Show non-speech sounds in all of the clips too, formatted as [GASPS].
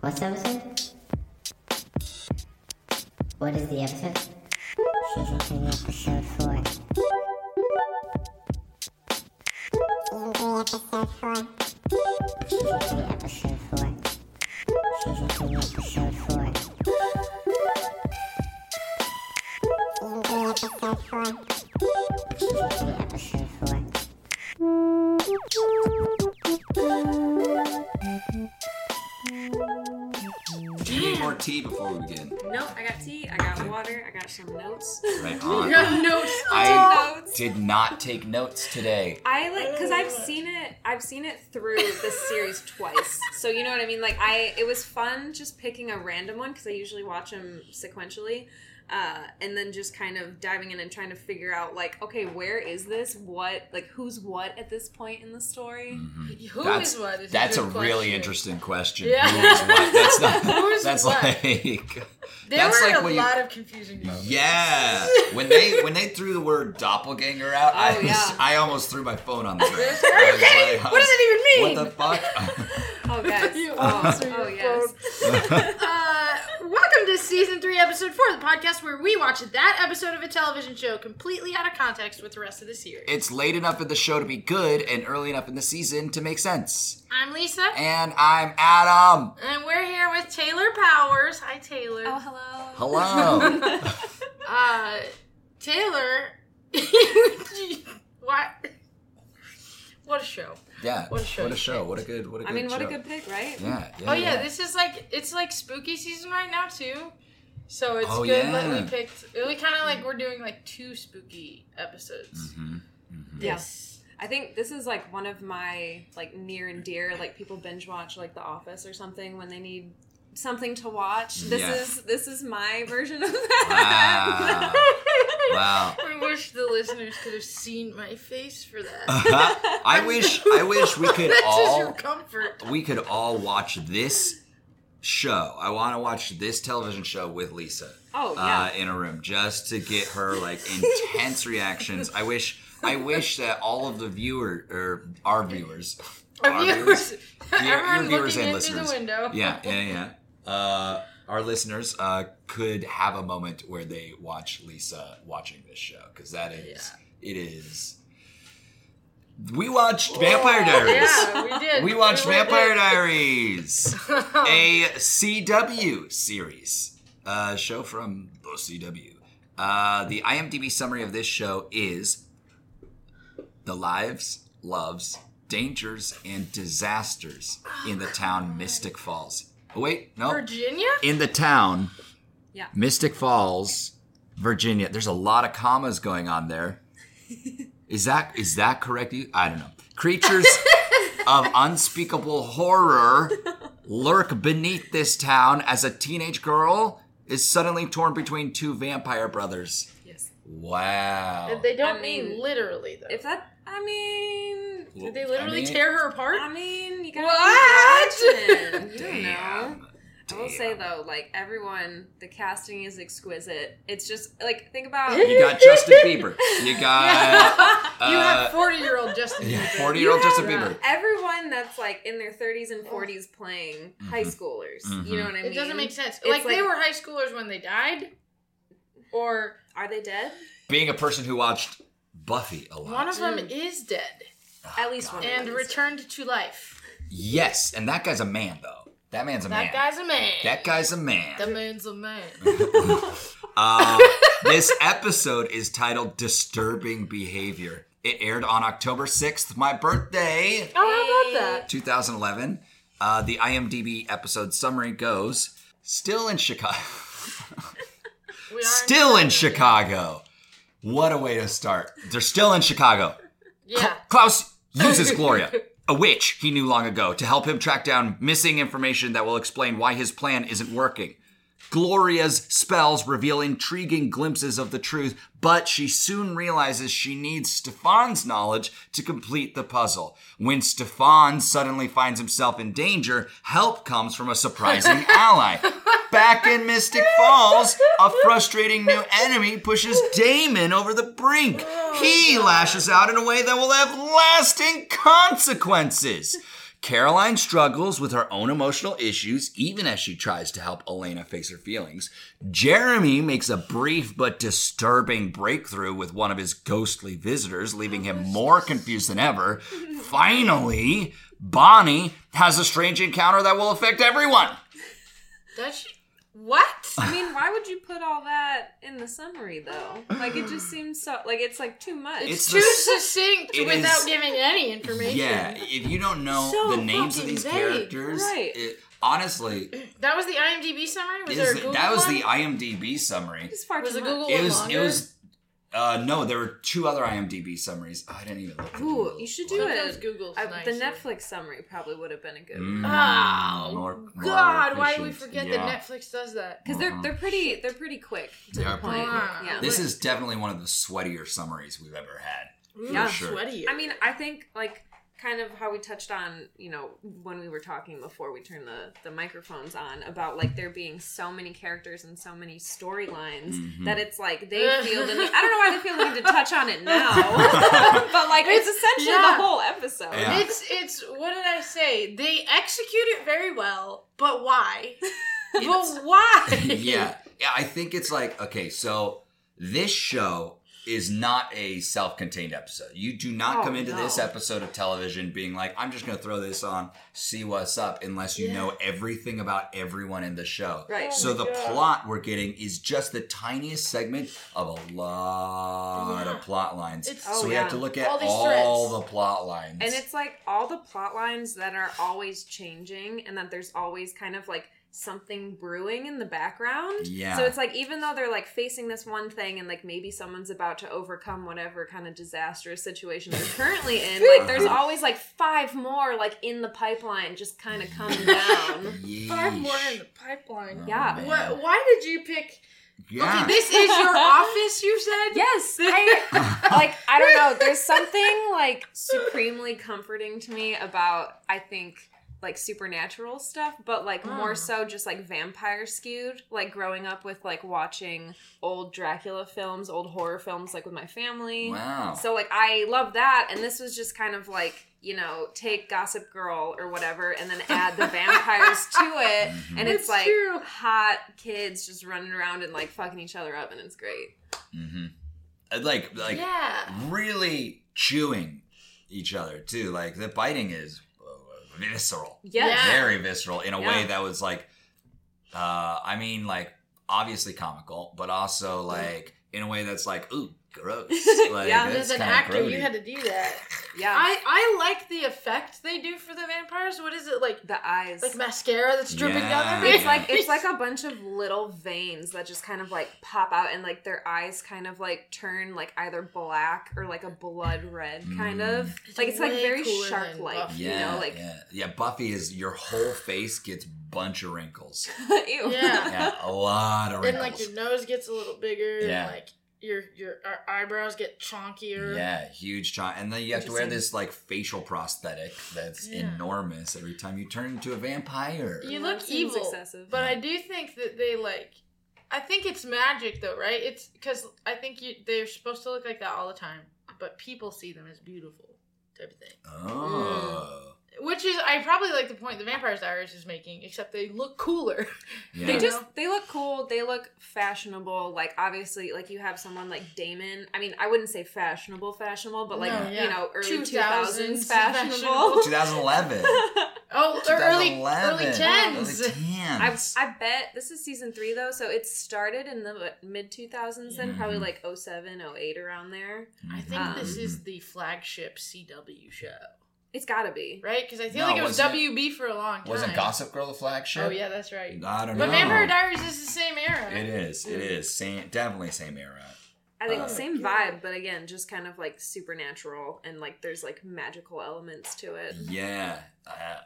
What's the episode? What is the episode? Season 2, episode 4. Season 3, episode 4. Season 3, episode 4. Season 3, episode 4. Season 3, episode 4. Season 3, episode 4. Do you [GASPS] need more tea before we begin? Nope, I got tea, I got water, I got some notes. Right on. got notes. I did not take notes today. I like because I've seen it. I've seen it through this series twice, so you know what I mean. Like I, it was fun just picking a random one because I usually watch them sequentially, uh, and then just kind of diving in and trying to figure out like, okay, where is this? What like who's what at this point in the story? Who is that's what? is that's a good really question. interesting question. Yeah. Who is what? [LAUGHS] That's not. Who is that's what? like. There that's were like a when you- lot of confusing moments. Yeah. When they when they threw the word doppelganger out, I Oh, was, yeah. I almost threw my phone on the ground. Yes. I was Okay, like, what does it even What the fuck? [LAUGHS] Oh guys, You oh, answer your oh yes. Uh, welcome to season three, episode four, the podcast where we watch that episode of a television show completely out of context with the rest of the series. it's late enough in the show to be good and early enough in the season to make sense. I'm Lisa, And I'm Adam. and we're here with Taylor Powers. Hi, Taylor. Oh Hello. hello. [LAUGHS] Uh, Taylor, [LAUGHS] what? What a show! Yeah. What a show What a you show. picked. What a good. What a good. [LAUGHS] I mean, what a show. good pick, right? Yeah. yeah Oh yeah, this is like it's like spooky season right now too. So it's Oh, good that yeah. we picked. We kind of like we're doing like two spooky episodes. Mhm. Yes. I think this is like one of my like near and dear. Like people binge watch like The Office or something when they need something to watch. This Yeah. is this [LAUGHS] is my version of Wow. that. [LAUGHS] [LAUGHS] wow. I wish the listeners could have seen my face for [LAUGHS] that. Uh-huh. I wish I wish we [LAUGHS] could That's just your Uh, all [LAUGHS] comfort. we could all watch this show. I want to watch this television show with Lisa Oh uh, yeah. in a room just to get her like intense reactions. I wish I wish that all of the viewer or our viewers, Our viewers, [LAUGHS] your everyone viewers looking and in listeners. through the window. yeah, yeah, yeah. Uh, our listeners uh, could have a moment where they watch Lisa watching this show because that is it is. We watched Vampire Diaries. Oh, Yeah, we did. We watched really Vampire did. Diaries, [LAUGHS] a CW series, a show from the CW. Uh, the IMDb summary of this show is the lives, loves, dangers, and disasters in the town Mystic Falls. Oh, wait, no. Virginia. In the town Yeah. Mystic Falls, Virginia. There's a lot of commas going on there. Is that is that correct? You- I don't know. Creatures [LAUGHS] of unspeakable horror lurk beneath this town as a teenage girl is suddenly torn between two vampire brothers. Yes. Wow. They don't I mean, mean, literally though. If that, I mean, Did they literally tear her apart? I mean, you gotta What? keep watching. You don't know. Damn. I will say Damn. though, like everyone, the casting is exquisite. It's just like think [LAUGHS] about You got Justin Bieber. You got you uh, have forty-year-old Justin. yeah, Bieber. 40-year-old You have- Justin Bieber. everyone that's like in their 30s and 40s playing high Mm-hmm. schoolers. You know what I mean? It doesn't make sense. It's Like, they like- were high schoolers when they died, or Are they dead? being a person who watched Buffy a lot. one of them is dead At least one. of and them is returned to life. Yes, and that guy's a man though. That man's a man. That guy's a man. that Oh, guy's a man. the man's a man. Um, [LAUGHS] this episode is titled "Disturbing Behavior." It aired on October sixth, my birthday. oh, how about 2011. Uh, the IMDb episode summary goes Still in Chicago. [LAUGHS] that? We are still in Chicago. What a way to start. They're still in Chicago. Yeah. Klaus uses Gloria, a witch he knew long ago, to help him track down missing information that will explain why his plan isn't working. Gloria's spells reveal intriguing glimpses of the truth, but she soon realizes she needs Stefan's knowledge to complete the puzzle. When Stefan suddenly finds himself in danger, help comes from a surprising ally. Back in Mystic Falls, a frustrating new enemy pushes Damon over the brink. He lashes out in a way that will have lasting consequences. Caroline struggles with her own emotional issues even as she tries to help Elena face her feelings. Jeremy makes a brief but disturbing breakthrough with one of his ghostly visitors, leaving him Oh, more confused than ever. Finally, Bonnie has a strange encounter that will affect everyone. Does she? What? [LAUGHS] I mean, why would you put all that in the summary though? Like it just seems so like it's like too much. It's Too the succinct it without is- giving any information. Yeah, if you don't know So the names of fucking these vague, characters, right. it, honestly, That was the IMDb summary. Was there is a Google that was one? the IMDb summary. it's far was too the Google much. It one was. It longer? was. Uh, no, there were two other IMDb summaries. Oh, I didn't even look. at Ooh, them. you should do Sometimes it. Google's I- the nicer. Netflix summary probably would have been a good one. Mm, Oh, more- more God, why do we efficient. forget Yeah. that Netflix does that? Because they're they're pretty they're pretty quick to They the are point. Mm. pretty quick. Yeah. This is definitely one of the sweatier summaries we've ever had. [LAUGHS] [LAUGHS] Ooh, Yeah. sure. sweaty. I mean, I think like kind of how we touched on, you know, when we were talking before we turned the the microphones on about like there being so many characters and so many storylines that it's like they feel the need, I don't know why they feel the need to touch on it now, but like it's, essentially yeah. the whole episode. Yeah. It's it's what did I say? They execute it very well, [LAUGHS] but why? but why? yeah. Yeah, I think it's like, okay, so this show is not a self contained episode. You do not Oh, come into this no. episode of television being like, I'm just going to throw this on, see what's up, unless you know everything about everyone in the show. Right. So the plot we're getting is just the tiniest segment of a lot Yeah. of plot lines. It's- so Oh, we yeah. have to look at All all, these threads. the plot lines. And it's like all the plot lines that are always changing and that there's always kind of like something brewing in the background. Yeah. So it's like even though they're like facing this one thing and like maybe someone's about to overcome whatever kind of disastrous situation they're currently in, like there's always like five more like in the pipeline just kind of coming down. Five more Yeesh. Oh, in the pipeline. um, Yeah. What, why did you pick? Yeah. Okay, this is [LAUGHS] your office. You said Yes, I, [LAUGHS] like I don't know. There's something like supremely comforting to me about I think like supernatural stuff, but like more so just like vampire skewed. Like growing up with like watching old Dracula films, old horror films, like with my family. Wow. So like I love that, and this was just kind of like you know take Gossip Girl or whatever, and then add the vampires to it, Mm-hmm. and it's That's like true. hot kids just running around and like fucking each other up, and it's great. Uh, like like Yeah. really chewing each other too. Like the biting is uh, visceral, Yes. Yeah. very visceral in a way Yeah. that was like, uh, I mean, like obviously comical, but also Mm. like in a way that's like, ooh, [LAUGHS] gross. Like, Yeah, that's as an kinda actor, you grody. had to do that. Yeah. I I like the effect they do for the vampires. What is it like? the eyes. Like mascara that's dripping down Yeah. their it's face. like it's like a bunch of little veins that just kind of like pop out and like their eyes kind of like turn like either black or like a blood red kind of. Like it's like way very cooler than shark like, Buffy. you yeah, know, like yeah, yeah. Buffy is your whole face gets bunch of [LAUGHS] wrinkles. [LAUGHS] ew. Yeah. Yeah, a lot of and wrinkles. like your nose gets a little bigger. Yeah. And, like your your our eyebrows get chonkier. Yeah, huge chunk. And then you have to wear Interesting. this like facial prosthetic that's Yeah. enormous every time you turn into a vampire. You Well, look that seems evil, excessive. but I do think that they like. I think it's magic, though, right? It's because I think you they're supposed to look like that all the time, but people see them as beautiful type of thing. Mm. Oh. Which is, I probably like the point the Vampire Diaries is making, except they look cooler. [LAUGHS] Yeah. They Yeah. just they look cool, they look fashionable. Like obviously like you have someone like Damon. I mean, I wouldn't say fashionable fashionable, but like No, yeah. you know, early 2000s 2000s, fashionable. [LAUGHS] fashionable. [LAUGHS] 2011. Oh, or early 2011. early Early tens. I, tens. I bet this is season three though, so it started in the mid 2000s, then probably like 07, 08 around there. I think Um, this is the flagship CW show, It's gotta be. right? Because I feel No, like it was wasn't it- WB for a long time. Wasn't Gossip Girl the flagship? Oh yeah, that's right. I don't But know. Vampire Diaries is the same era. It is. It is. Same, definitely same era. I think Uh, same Oh God. vibe, but again, just kind of like supernatural and like there's like magical elements to it. Yeah. Uh,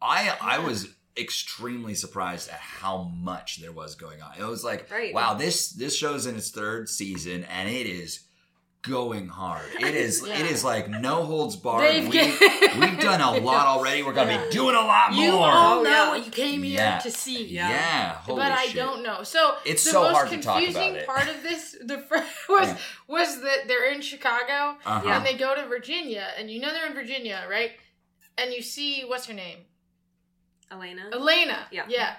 I I was extremely surprised at how much there was going on. It was like, Right. wow, this this show's in its third season and it is going hard. [LAUGHS] It is Yeah. it is like no holds barred. They've we, [LAUGHS] get- we've done a lot already. We're gonna Yeah. be doing a lot You more. all Oh, know yeah. what you came here Yeah. to see. yeah. Holy but I shit. don't know. So It's the so most hard to talk confusing about it. part of this, [LAUGHS] the first was was that they're in Chicago Uh-huh. and they go to Virginia, and you know they're in Virginia, right? and you see what's her name, Elena. Elena. Yeah. Yeah.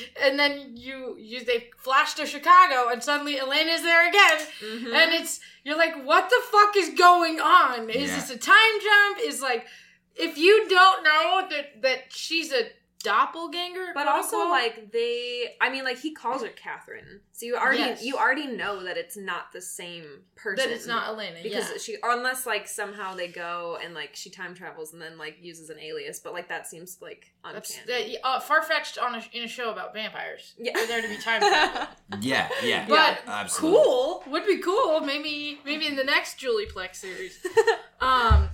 [LAUGHS] and then you you they flash to Chicago, and suddenly Elena's there again. Mhm. and it's you're like what the fuck is going on is Yeah. this a time jump is like if you don't know that that she's a doppelganger But quote also, unquote, like they, I mean, like he calls her Catherine, so you already Yes. you already know that it's not the same person. that it's not elena because yeah. she, unless like somehow they go and like she time travels and then like uses an alias, but like that seems like [LAUGHS] that's uncanny. that, uh, far-fetched on a, in a show about [LAUGHS] vampires Yeah. [LAUGHS] for there to be [LAUGHS] time travel [LAUGHS] Yeah, yeah. but absolutely. cool would be cool maybe maybe in the next julie plex [LAUGHS] series um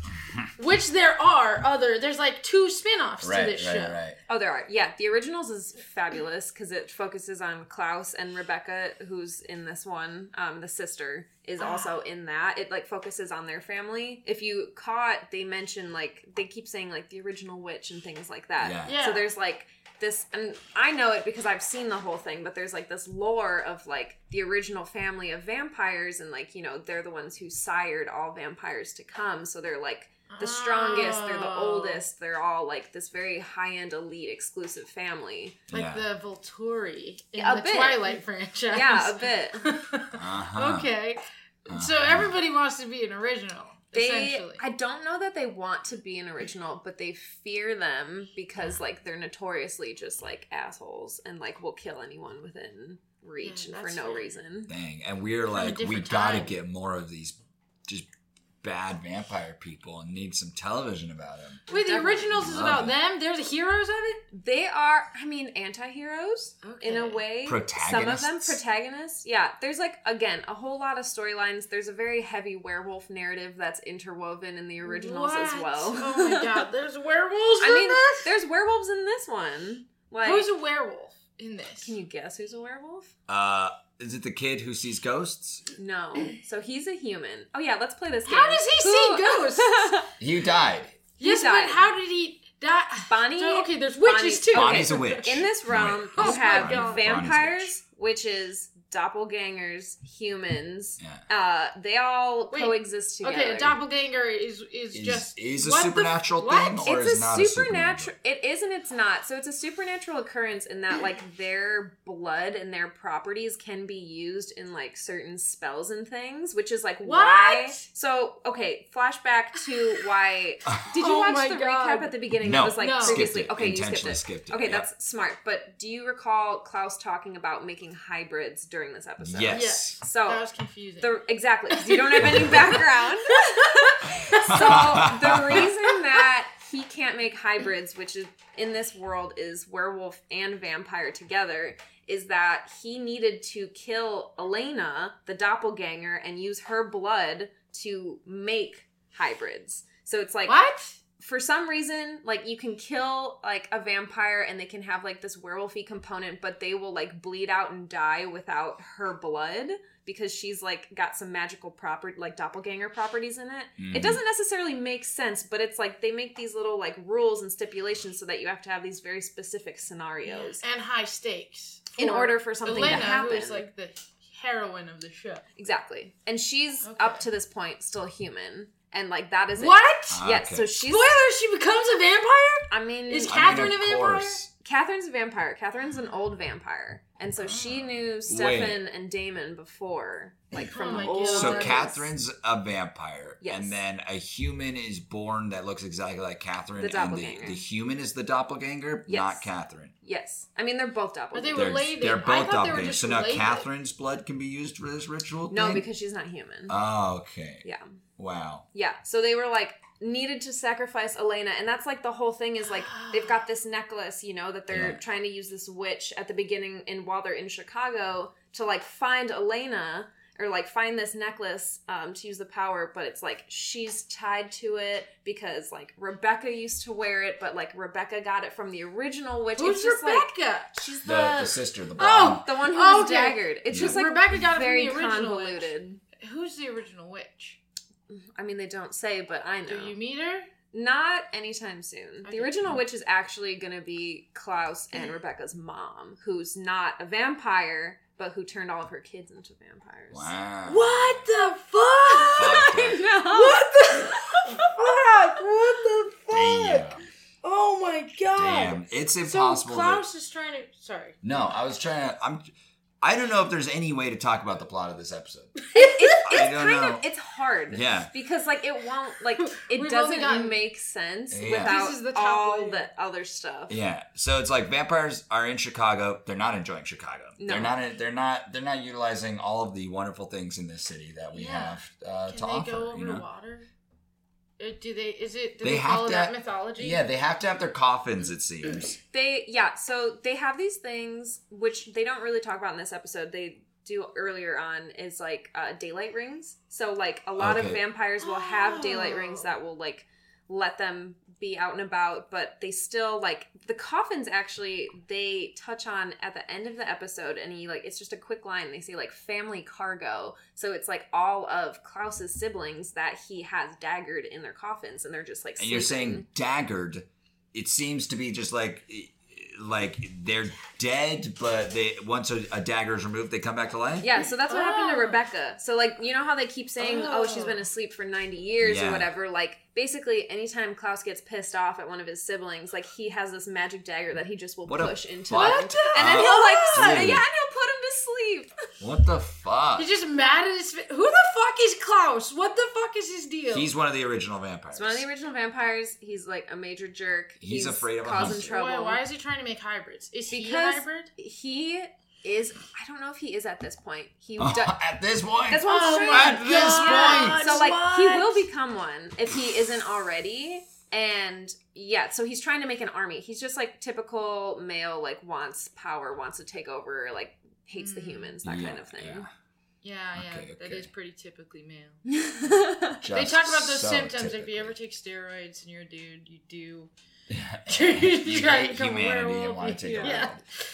which there are other there's like two spin-offs Right, to this right, show right. Oh, there are. Yeah, the originals is fabulous because it focuses on Klaus and Rebecca, who's in this one. Um, the sister is also in that. It like focuses on their family. If you caught, they mention like they keep saying like the original witch and things like that. Yeah. Yeah. So there's like this, and I know it because I've seen the whole thing. But there's like this lore of like the original family of vampires, and like you know they're the ones who sired all vampires to come. So they're like the strongest, they're the Oh. oldest, they're all like this very high end elite exclusive family. Like yeah. the Volturi in Yeah, a the bit. Twilight franchise. Yeah, a [LAUGHS] bit. Uh-huh. okay. So everybody wants to be an original, They essentially. I don't know that they want to be an original, but they fear them because like they're notoriously just like assholes and like will kill anyone within reach Yeah, and for that's no fair. reason. Dang. And we are a like, we different gotta time. get more of these just bad vampire people and need some television about them. Wait, the Definitely originals is love about it. them? They're the heroes of it? They are, I mean, anti-heroes in a Okay. way. Some of them Protagonists? protagonists. Yeah, there's like again a whole lot of storylines. There's a very heavy werewolf narrative that's interwoven in the originals as What? well. [LAUGHS] Oh my god, there's werewolves I in mean, this? there's werewolves in this one. Like, Who's a werewolf in this? can you guess who's a werewolf? Uh, is it the kid who sees ghosts? No. So he's a human. Oh yeah, let's play this game. How does he see ghosts? You died. yes, died. but how did he die? [LAUGHS] Bonnie- So, okay, there's witches too. Bonnie's a witch. In this realm, Right. you Oh my have God. vampires, witches, doppelgangers, humans. Yeah. Uh, they all Wait. coexist together. Okay, a doppelganger is is, Is- just is a what the f- supernatural what? thing or it's is a not a supernatural- supernatural it is and it's not so it's a supernatural occurrence in [CLEARS THROAT] that like their blood and their properties can be used in like certain spells and things which is like why What? so okay flashback to [LAUGHS] why did you Oh my watch the God. recap at the beginning No, that was like No. skipped previously it. okay you skipped Intentionally it, skipped it, okay yeah. that's smart but do you recall klaus talking about making hybrids during this episode Yes. Yes. so That was confusing. the, exactly, 'cause you don't have any background. so the reason that he can't make hybrids, which is in this world is werewolf and vampire together, is that he needed to kill Elena, the doppelganger, and use her blood to make hybrids. So it's like what? for some reason, like you can kill like a vampire and they can have like this werewolfy component, but they will like bleed out and die without her blood because she's like got some magical property, like doppelganger properties in it. It Mhm. doesn't necessarily make sense, but it's like they make these little like rules and stipulations so that you have to have these very specific scenarios and high stakes in for order for something Elena, to happen. who is like the heroine of the show. exactly, and she's Okay. up to this point still human, and like that is it. What? Ah, Yes, okay. so she's. Spoiler: She becomes a vampire. I mean, I Is mean, Catherine of a vampire? course. Catherine's a vampire. Catherine's an old vampire. And so Ah. she knew Stefan and Damon before, like Oh from my the old. God. So Nervous. Catherine's a vampire, Yes. and then a human is born that looks exactly like Catherine, The and the, doppelganger. the human is the doppelganger, Yes. not Catherine. Yes. I mean, they're both Are doppelgangers. they They're, related? they're I both thought they were doppelgangers. just So now related. Catherine's blood can be used for this ritual. no, thing? because she's not human. oh, okay, yeah. wow, Yeah. So they were like needed to sacrifice Elena and that's like the whole thing is [GASPS] like they've got this necklace, you know, that they're Yeah. trying to use this witch at the beginning and while they're in Chicago to like find Elena or like find this necklace um, to use the power, but it's like she's tied to it because like Rebecca used to wear it, but like Rebecca got it from the original witch. Who's it's just Rebecca? like she's the, the Oh, the sister, the Oh! blonde. the one who was Okay. daggered. It's Yeah. just like Rebecca got it from very the original witch. convoluted. Who's the original witch? I mean, they don't say, but I know. Do you meet her? Not anytime soon. Okay. Mm-hmm. The original witch is actually going to be Klaus and Rebecca's mom, who's not a vampire, but who turned all of her kids into vampires. Wow. What Uh. the fuck? [LAUGHS] Fuck. [LAUGHS] I know. what the fuck? What the fuck? It's So impossible. to- Klaus is trying to. Sorry. no, I was trying to. I'm. I don't know if there's any way to talk about the plot of this episode. it's, [LAUGHS] I it's don't kind know. of it's hard Yeah. because like it won't like it only doesn't gotten- make sense Yeah. without This is the top all layer. the other stuff Yeah. So it's like vampires are in Chicago. They're not enjoying Chicago. No. They're not. They're not. They're not utilizing all of the wonderful things in this city that we Yeah. have uh, to Can they offer. go over you know. water? Or do they? Is it? Do They they, have follow to- that mythology? Yeah, they have to have their coffins. It [CLEARS THROAT] seems. they yeah so they have these things which they don't really talk about in this episode they do earlier on is like uh, daylight rings so like a lot of Okay. vampires will have daylight Oh. rings that will like let them be out and about but they still like the coffins actually they touch on at the end of the episode and he like it's just a quick line they say like family cargo so it's like all of klaus's siblings that he has daggered in their coffins and they're just like And you're sleeping. saying daggered. It seems to be just like, eh, like they're dead, but they once a, a dagger is removed, they come back to life. Yeah, so that's what happened to Oh. Rebecca. So like, you know how they keep saying, "Oh, she's been Oh. asleep for 90 years Yeah. or whatever." Like, basically anytime Klaus gets pissed off at one of his siblings, like he has this magic dagger that he just will What a push into fuck. them. What And then the he'll like fuck? yeah, and he'll put him to sleep. What the fuck? He's just mad at his. fa- Who the fuck is Klaus? What the fuck is his deal? He's one of the original vampires. He's one of [LAUGHS] the original vampires. He's like a major jerk. He's afraid of a causing hunter. trouble. Why, why is he trying to make hybrids? Is he a Because- hybrid? He is I don't know if he is at this point. [LAUGHS] He do- At this point, That's what I'm Oh saying. my At this God, point. So like he what? will become one if he isn't already. And yeah, so he's trying to make an army. He's just like typical male, like wants power, wants to take over, like hates the Mm. humans, that Yeah, kind of thing. yeah. Yeah, Okay, yeah, that okay. is pretty typically male. they Just talk about those so symptoms. If typical. [LAUGHS] you ever take steroids and you're a dude, you do. you [LAUGHS] try hate and become a humanity and werewolf. [LAUGHS] want to take over. Yeah.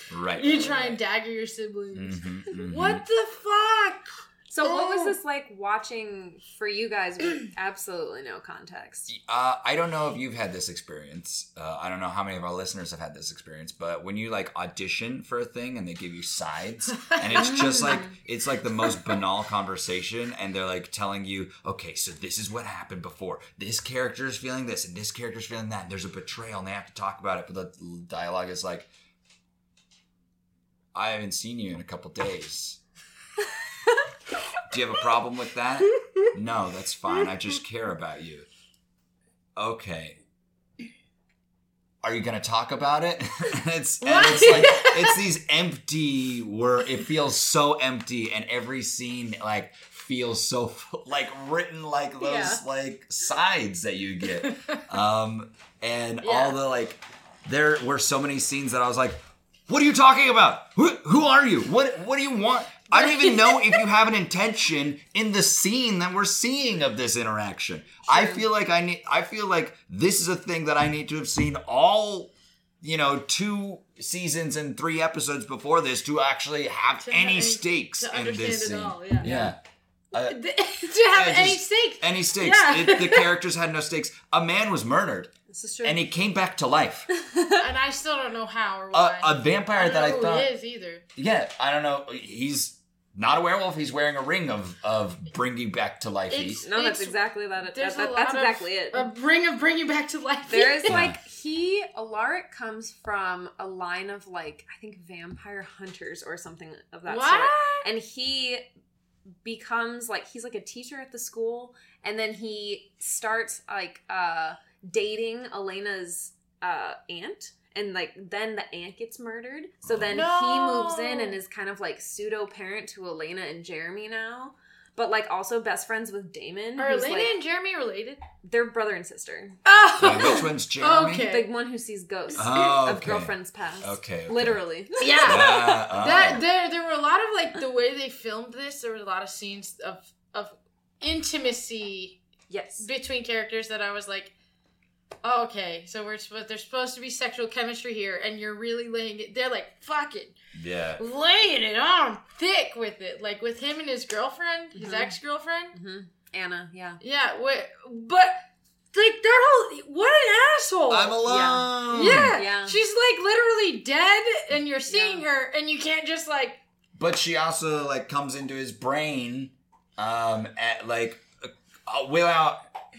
the world. Right. You try and dagger your siblings. Mhm, mhm. What the fuck? [LAUGHS] [LAUGHS] so what was Oh. this like watching for you [CLEARS THROAT] guys with absolutely no context? Uh, I don't know if you've had this experience. Uh, I don't know how many of our listeners have had this experience, but when you like audition for a thing and they give you sides, and it's just like it's like the most banal conversation, and they're like telling you, okay, so this is what happened before. This character is feeling this, and this character is feeling that. And there's a betrayal, and they have to talk about it. But the dialogue is like, I haven't seen you in a couple days. Do you have a problem with [LAUGHS] that? No, that's fine. I just care about you. Okay. Are you gonna talk about it? [LAUGHS] and it's and it's What? like it's these empty where it feels so empty and every scene like feels so like written like those Yeah. like sides that you get. [LAUGHS] Um and all Yeah. the like there were so many scenes that I was like, what are you talking about? Who, who are you? What what do you want? I don't even know if you have an intention in the scene that we're seeing of this interaction. I Sure. feel like I need I feel like this is a thing that I need to have seen all you know, two seasons and three episodes before this to actually have To any have- stakes to in understand this it scene. all, yeah. yeah. Uh, to have Yeah, any just- stake. any stakes. Yeah. It, the characters had no stakes. A man was murdered This is true. and he came back to [LAUGHS] life. and I still don't know how or A, why. a vampire I don't that I know thought. who it is either. Yeah, I don't know. He's not a werewolf. He's wearing a ring of of bringing back to life. It's- Heat. no, that's it's- exactly that. There's that- a lot that's of- exactly it. A ring of bring you back to life. There is [LAUGHS] Yeah. like he Alaric comes from a line of like I think vampire hunters or something of that What? sort. And he becomes like he's like a teacher at the school and then he starts like uh dating Elena's uh aunt and like then the aunt gets murdered. So then No. he moves in and is kind of like pseudo parent to Elena and Jeremy now. But like also best friends with Damon. Are who's, Elena like- and Jeremy related? they're brother and sister. Wait, which Oh, one's [LAUGHS] Jeremy? Okay. The one who sees ghosts Oh, of okay. girlfriends past. Okay, okay. [LAUGHS] Literally. yeah. Yeah, oh. [LAUGHS] That there, there were a lot of like the way they filmed this. There were a lot of scenes of of intimacy Yes. between characters that I was like, oh, okay, so we're supposed there's supposed to be sexual chemistry here, and you're really laying it. They're like fucking yeah. laying it on thick with it, like with him and his girlfriend, his Mm-hmm. Mhm. ex girlfriend. hmm Anna, yeah. Yeah, wait, but like that whole what an asshole. I'm alone. Oh, yeah, Yeah. she's like literally dead, and you're seeing her, and you can't just like but she also like comes into his brain um at like uh, without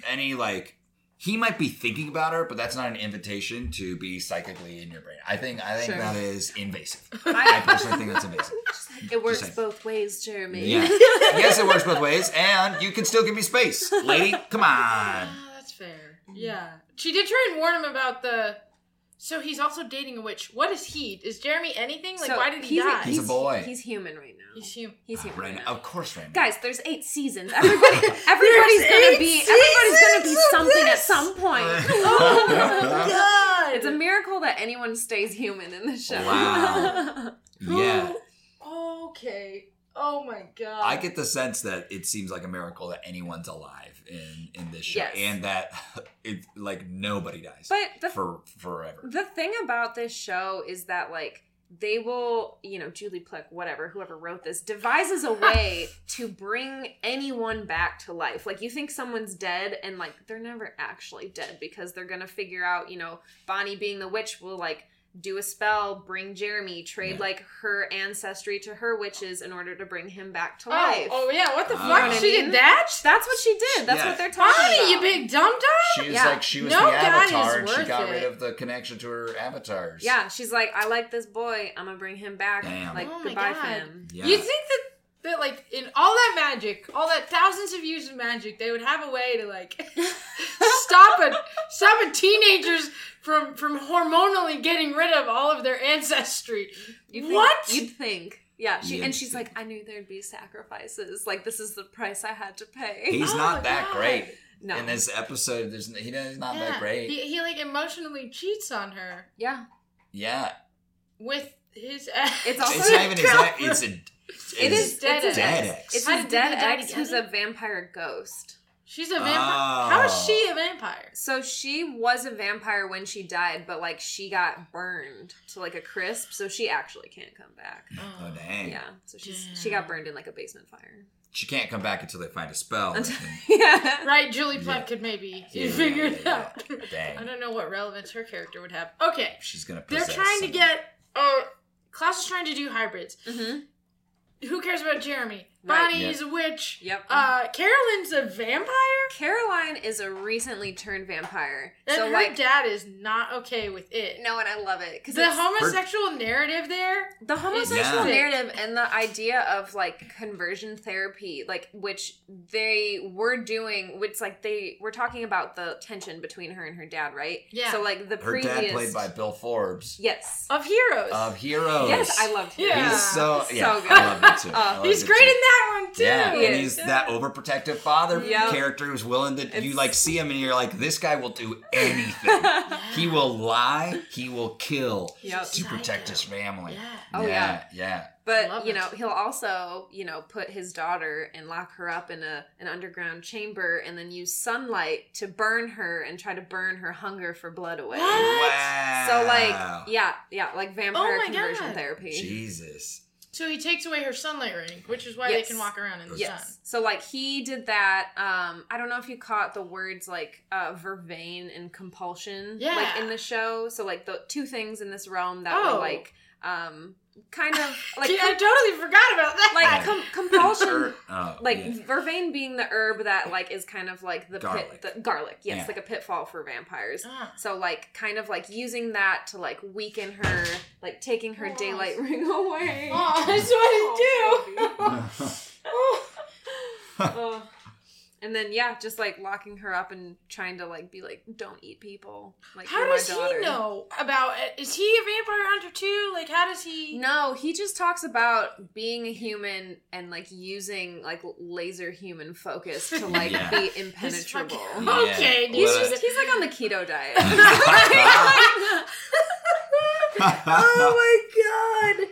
any like he might be thinking about her, but that's not an invitation to be psychically in your brain. I think I think Sure. that is [LAUGHS] invasive. I I, personally think that's invasive. it works saying. both ways, Jeremy. [LAUGHS] Yeah. yes, it works both ways, and you can still give me space, lady. Come on. Ah, that's fair. Yeah. She did try and warn him about the. So he's also dating a witch. What is he? Is Jeremy anything? Like, So why did he he's die? He's a boy. Ah, He's human right now. He's human. He's human Right right now, now. of course, right now. Guys, there's eight [LAUGHS] seasons. Everybody, everybody's gonna eight be everybody's gonna be seasons of something at this! some point. Oh [LAUGHS] [LAUGHS] God. It's a miracle that anyone stays human in this show. Wow. [LAUGHS] yeah, Okay. Oh my god. I get the sense that it seems like a miracle that anyone's alive in in this show, Yes. and that [LAUGHS] it like nobody dies but the for forever. the thing about this show is that like they will, you know, Julie Plec, whatever, whoever wrote this, devises a [LAUGHS] way to bring anyone back to life. Like you think someone's dead and like they're never actually dead because they're going to figure out, you know, Bonnie being the witch will like do a spell, bring Jeremy, trade Yeah. like her ancestry to her witches in order to bring him back to Oh, life. oh yeah. What the Ah. You know fuck? what I She mean? did that. That's what she did. That's Yeah. what they're talking Bonnie, about. you big dum dum. She was Yeah. like she was No the guy is avatar, and she worth got it. rid of the connection to her avatars. Yeah, she's like, I like this boy. I'm gonna bring him back. Damn. Like, Oh my goodbye, God. fam. yeah. You think that that like in all that magic, all that thousands of years of magic, they would have a way [LAUGHS] to like stop a stop a teenagers from from hormonally getting rid of all of their ancestry. You'd think- What? You'd think. Yeah. She Yeah. and she's like, I knew there'd be sacrifices. Like this is the price I had to pay. He's Oh not my that God. great no. in this episode. There's n- he does- he's not that great. He, he like emotionally cheats on her yeah. yeah, with his [LAUGHS] ex. It's also- it's not even his. [LAUGHS] ex- It's a. It it's- his is dead it's his ex. ex. It's How his did they dead do that ex who's a together? vampire ghost. She's a vampire. How is she a vampire? So she was a vampire when she died, but like she got burned to like a crisp, so she actually can't come back. Oh dang! Yeah. So she's she got burned in like a basement fire. [LAUGHS] She can't come back until they find a spell. that can- yeah. Oh. Right, Julie Plumb Yeah. could maybe Yeah, yeah, figure yeah, it yeah. out. I Dang, don't know what relevance her character would have. Okay, she's gonna. They're possess trying someone. to get. Uh, Klaus is trying to do hybrids. Mm-hmm. Who cares about Jeremy? Right. Bonnie Yeah. is a witch. Yep. Uh, Carolyn's a vampire. Caroline is a recently turned vampire. And so her like dad is not okay with it. no, and I love it because the homosexual narrative there. the homosexual Yeah. narrative and the idea of like conversion therapy like which they were doing which like they were talking about the tension between her and her dad right Yeah. so like the Her previous dad played by Bill Forbes yes Of heroes. of Heroes. yes i loved him Yeah. He's so So yeah. good. I love it too. I Uh, love He's it great too. in that one too. Yeah, He and is. he's that overprotective father Yep. character who's willing to. you It's- like see him and you're like, this guy will do anything. he will lie. He will kill Yep. to protect his family. Yeah. Oh, yeah, yeah. but Love you it. know he'll also you know put his daughter and lock her up in a an underground chamber and then use sunlight to burn her and try to burn her hunger for blood away What? Oh Wow. so like yeah yeah like vampire my conversion God. therapy Jesus. So he takes away her sunlight ring, which is why Yes. they can walk around in the sun. Yes. So like he did that. Um, I don't know if you caught the words like uh, vervain and compulsion, like Yeah. in the show. So like the two things in this realm that Oh. were like, um, kind [LAUGHS] of like Yeah, I com- totally forgot about that. [LAUGHS] [LAUGHS] like com- compulsion. Er, oh, Like yeah. vervain being the herb that like is kind of like the Garlic. pit, the garlic, yes, Yeah. like a pitfall for vampires. Ah. So like kind of like using that to like weaken her, like taking her Oh. daylight [LAUGHS] ring away. Oh, Oh, that's what I do. Ugh. and then yeah, just like locking her up and trying to like be like, don't eat people. Like How you're my does daughter." he know about it? Is he a vampire hunter too? Like, how does he? No, he just talks about being a human and like using like laser human [LAUGHS] focus to like Yeah. be His impenetrable. [LAUGHS] fucking- Yeah. Okay, He's Well, dude. just he's [LAUGHS] [LAUGHS] like on the keto diet. [LAUGHS] oh my god!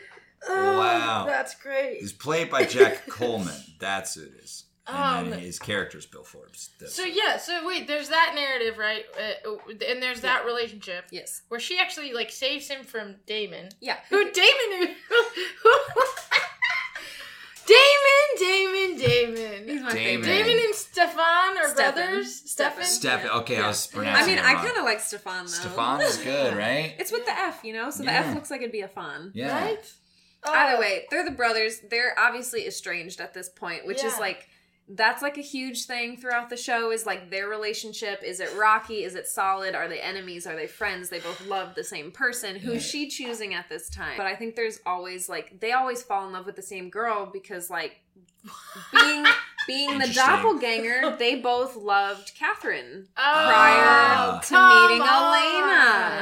Oh, Wow. that's great. He's played by [LAUGHS] Jack Coleman. That's who it is. And Um, then his character's Bill Forbes. That's So it. yeah, so wait, there's that narrative, right? Uh, and there's that relationship yes. where she actually like saves him from Damon. Yeah. [LAUGHS] Who Damon? Who? [LAUGHS] Damon, Damon, Damon. He's my Damon. favorite. Damon and Stefan are Stefan. brothers. Stefan. Stefan. Steph. Okay, I was pronouncing. I mean, it I wrong. kind of like Stefan though. Stefan is good, [LAUGHS] right? It's with the F, you know, so the Yeah. F looks like it'd be a fun. yeah. Right. Oh. Either way, they're the brothers. They're obviously estranged at this point, which is Yeah. like that's like a huge thing throughout the show is like their relationship is it rocky is it solid are they enemies are they friends they both love the same person who's she choosing at this time but i think there's always like they always fall in love with the same girl because like being being the Interesting. doppelganger they both loved catherine Prior Oh, to come meeting Elena. on.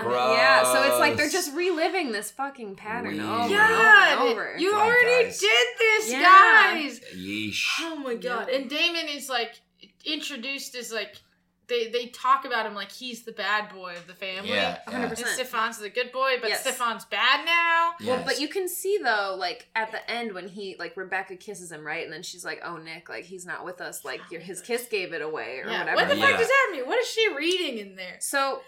Ah. Yeah, so it's like they're Gross. just reliving this fucking pattern Weird. over God, and over and over. you Come on, already guys. did this, Yeah. guys. Yeesh. Oh my god! And Damon is like introduced as like they they talk about him like he's the bad boy of the family. Yeah, yeah. 100%. And Stefan's the good boy, but Yes. Stefan's bad now. Well, Yes. but you can see though, like at the end when he like Rebecca kisses him, right, and then she's like, "Oh, Nick, like he's not with us. Like your his kiss gave it away or Yeah. whatever." What the Yeah. fuck does that mean? What is she reading in there? so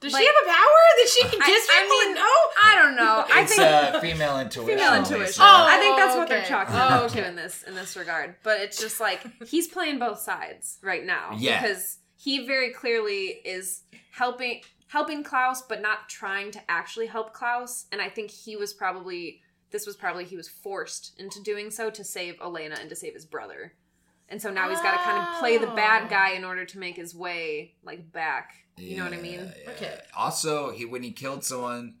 Does Like- she have a power that she can I- kiss I people? mean- no. I don't [LAUGHS] know. I it's think- uh, female intuition. female Lisa. intuition. uh, Oh, I think that's what they're okay. chalking Oh, up okay. to in this in this regard. But it's just [LAUGHS] like he's playing both sides right now Yeah. because he very clearly is helping helping Klaus, but not trying to actually help Klaus. And I think he was probably this was probably he was forced into doing so to save Elena and to save his brother. And so now he's got to kind of play the Oh. bad guy in order to make his way like back. You know what I mean? Yeah, yeah. Okay. Also, he when he killed someone,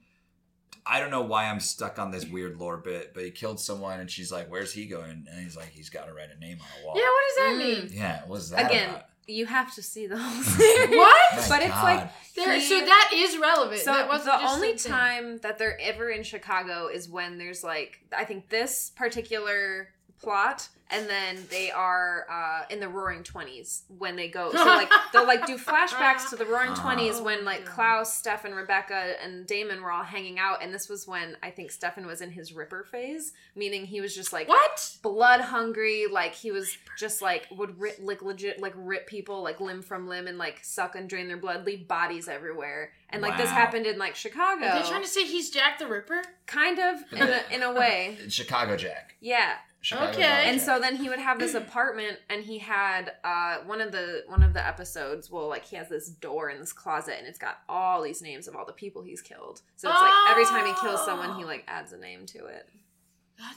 I don't know why I'm stuck on this weird lore bit, but he killed someone, and she's like, "Where's he going?" And he's like, "He's got to write a name on a wall." Yeah. What does that Mm. mean? Yeah, what's that Again, about? you have to see the [LAUGHS] whole series. What? My But it's God. like There, he- so that is relevant. So that wasn't the just only something. time that they're ever in Chicago is when there's like I think this particular plot, and then they are uh, in the Roaring Twenties when they go. So [LAUGHS] like they'll like do flashbacks to the Roaring Uh-huh. Twenties when like Oh, God. Klaus, Stefan, Rebecca, and Damon were all hanging out, and this was when I think Stefan was in his Ripper phase, meaning he was just like What? blood hungry like he was just like would rip like legit like rip people like limb from limb and like suck and drain their blood leave bodies everywhere and like this Wow. happened in like chicago Are they trying to say he's Jack the Ripper? kind of in a, in [LAUGHS] a way It's Chicago Jack. yeah Chicago Okay. Jack. and so then he would have this apartment and he had uh one of the one of the episodes well like he has this door in this closet and it's got all these names of all the people he's killed so it's like every time he kills someone he like adds a name to it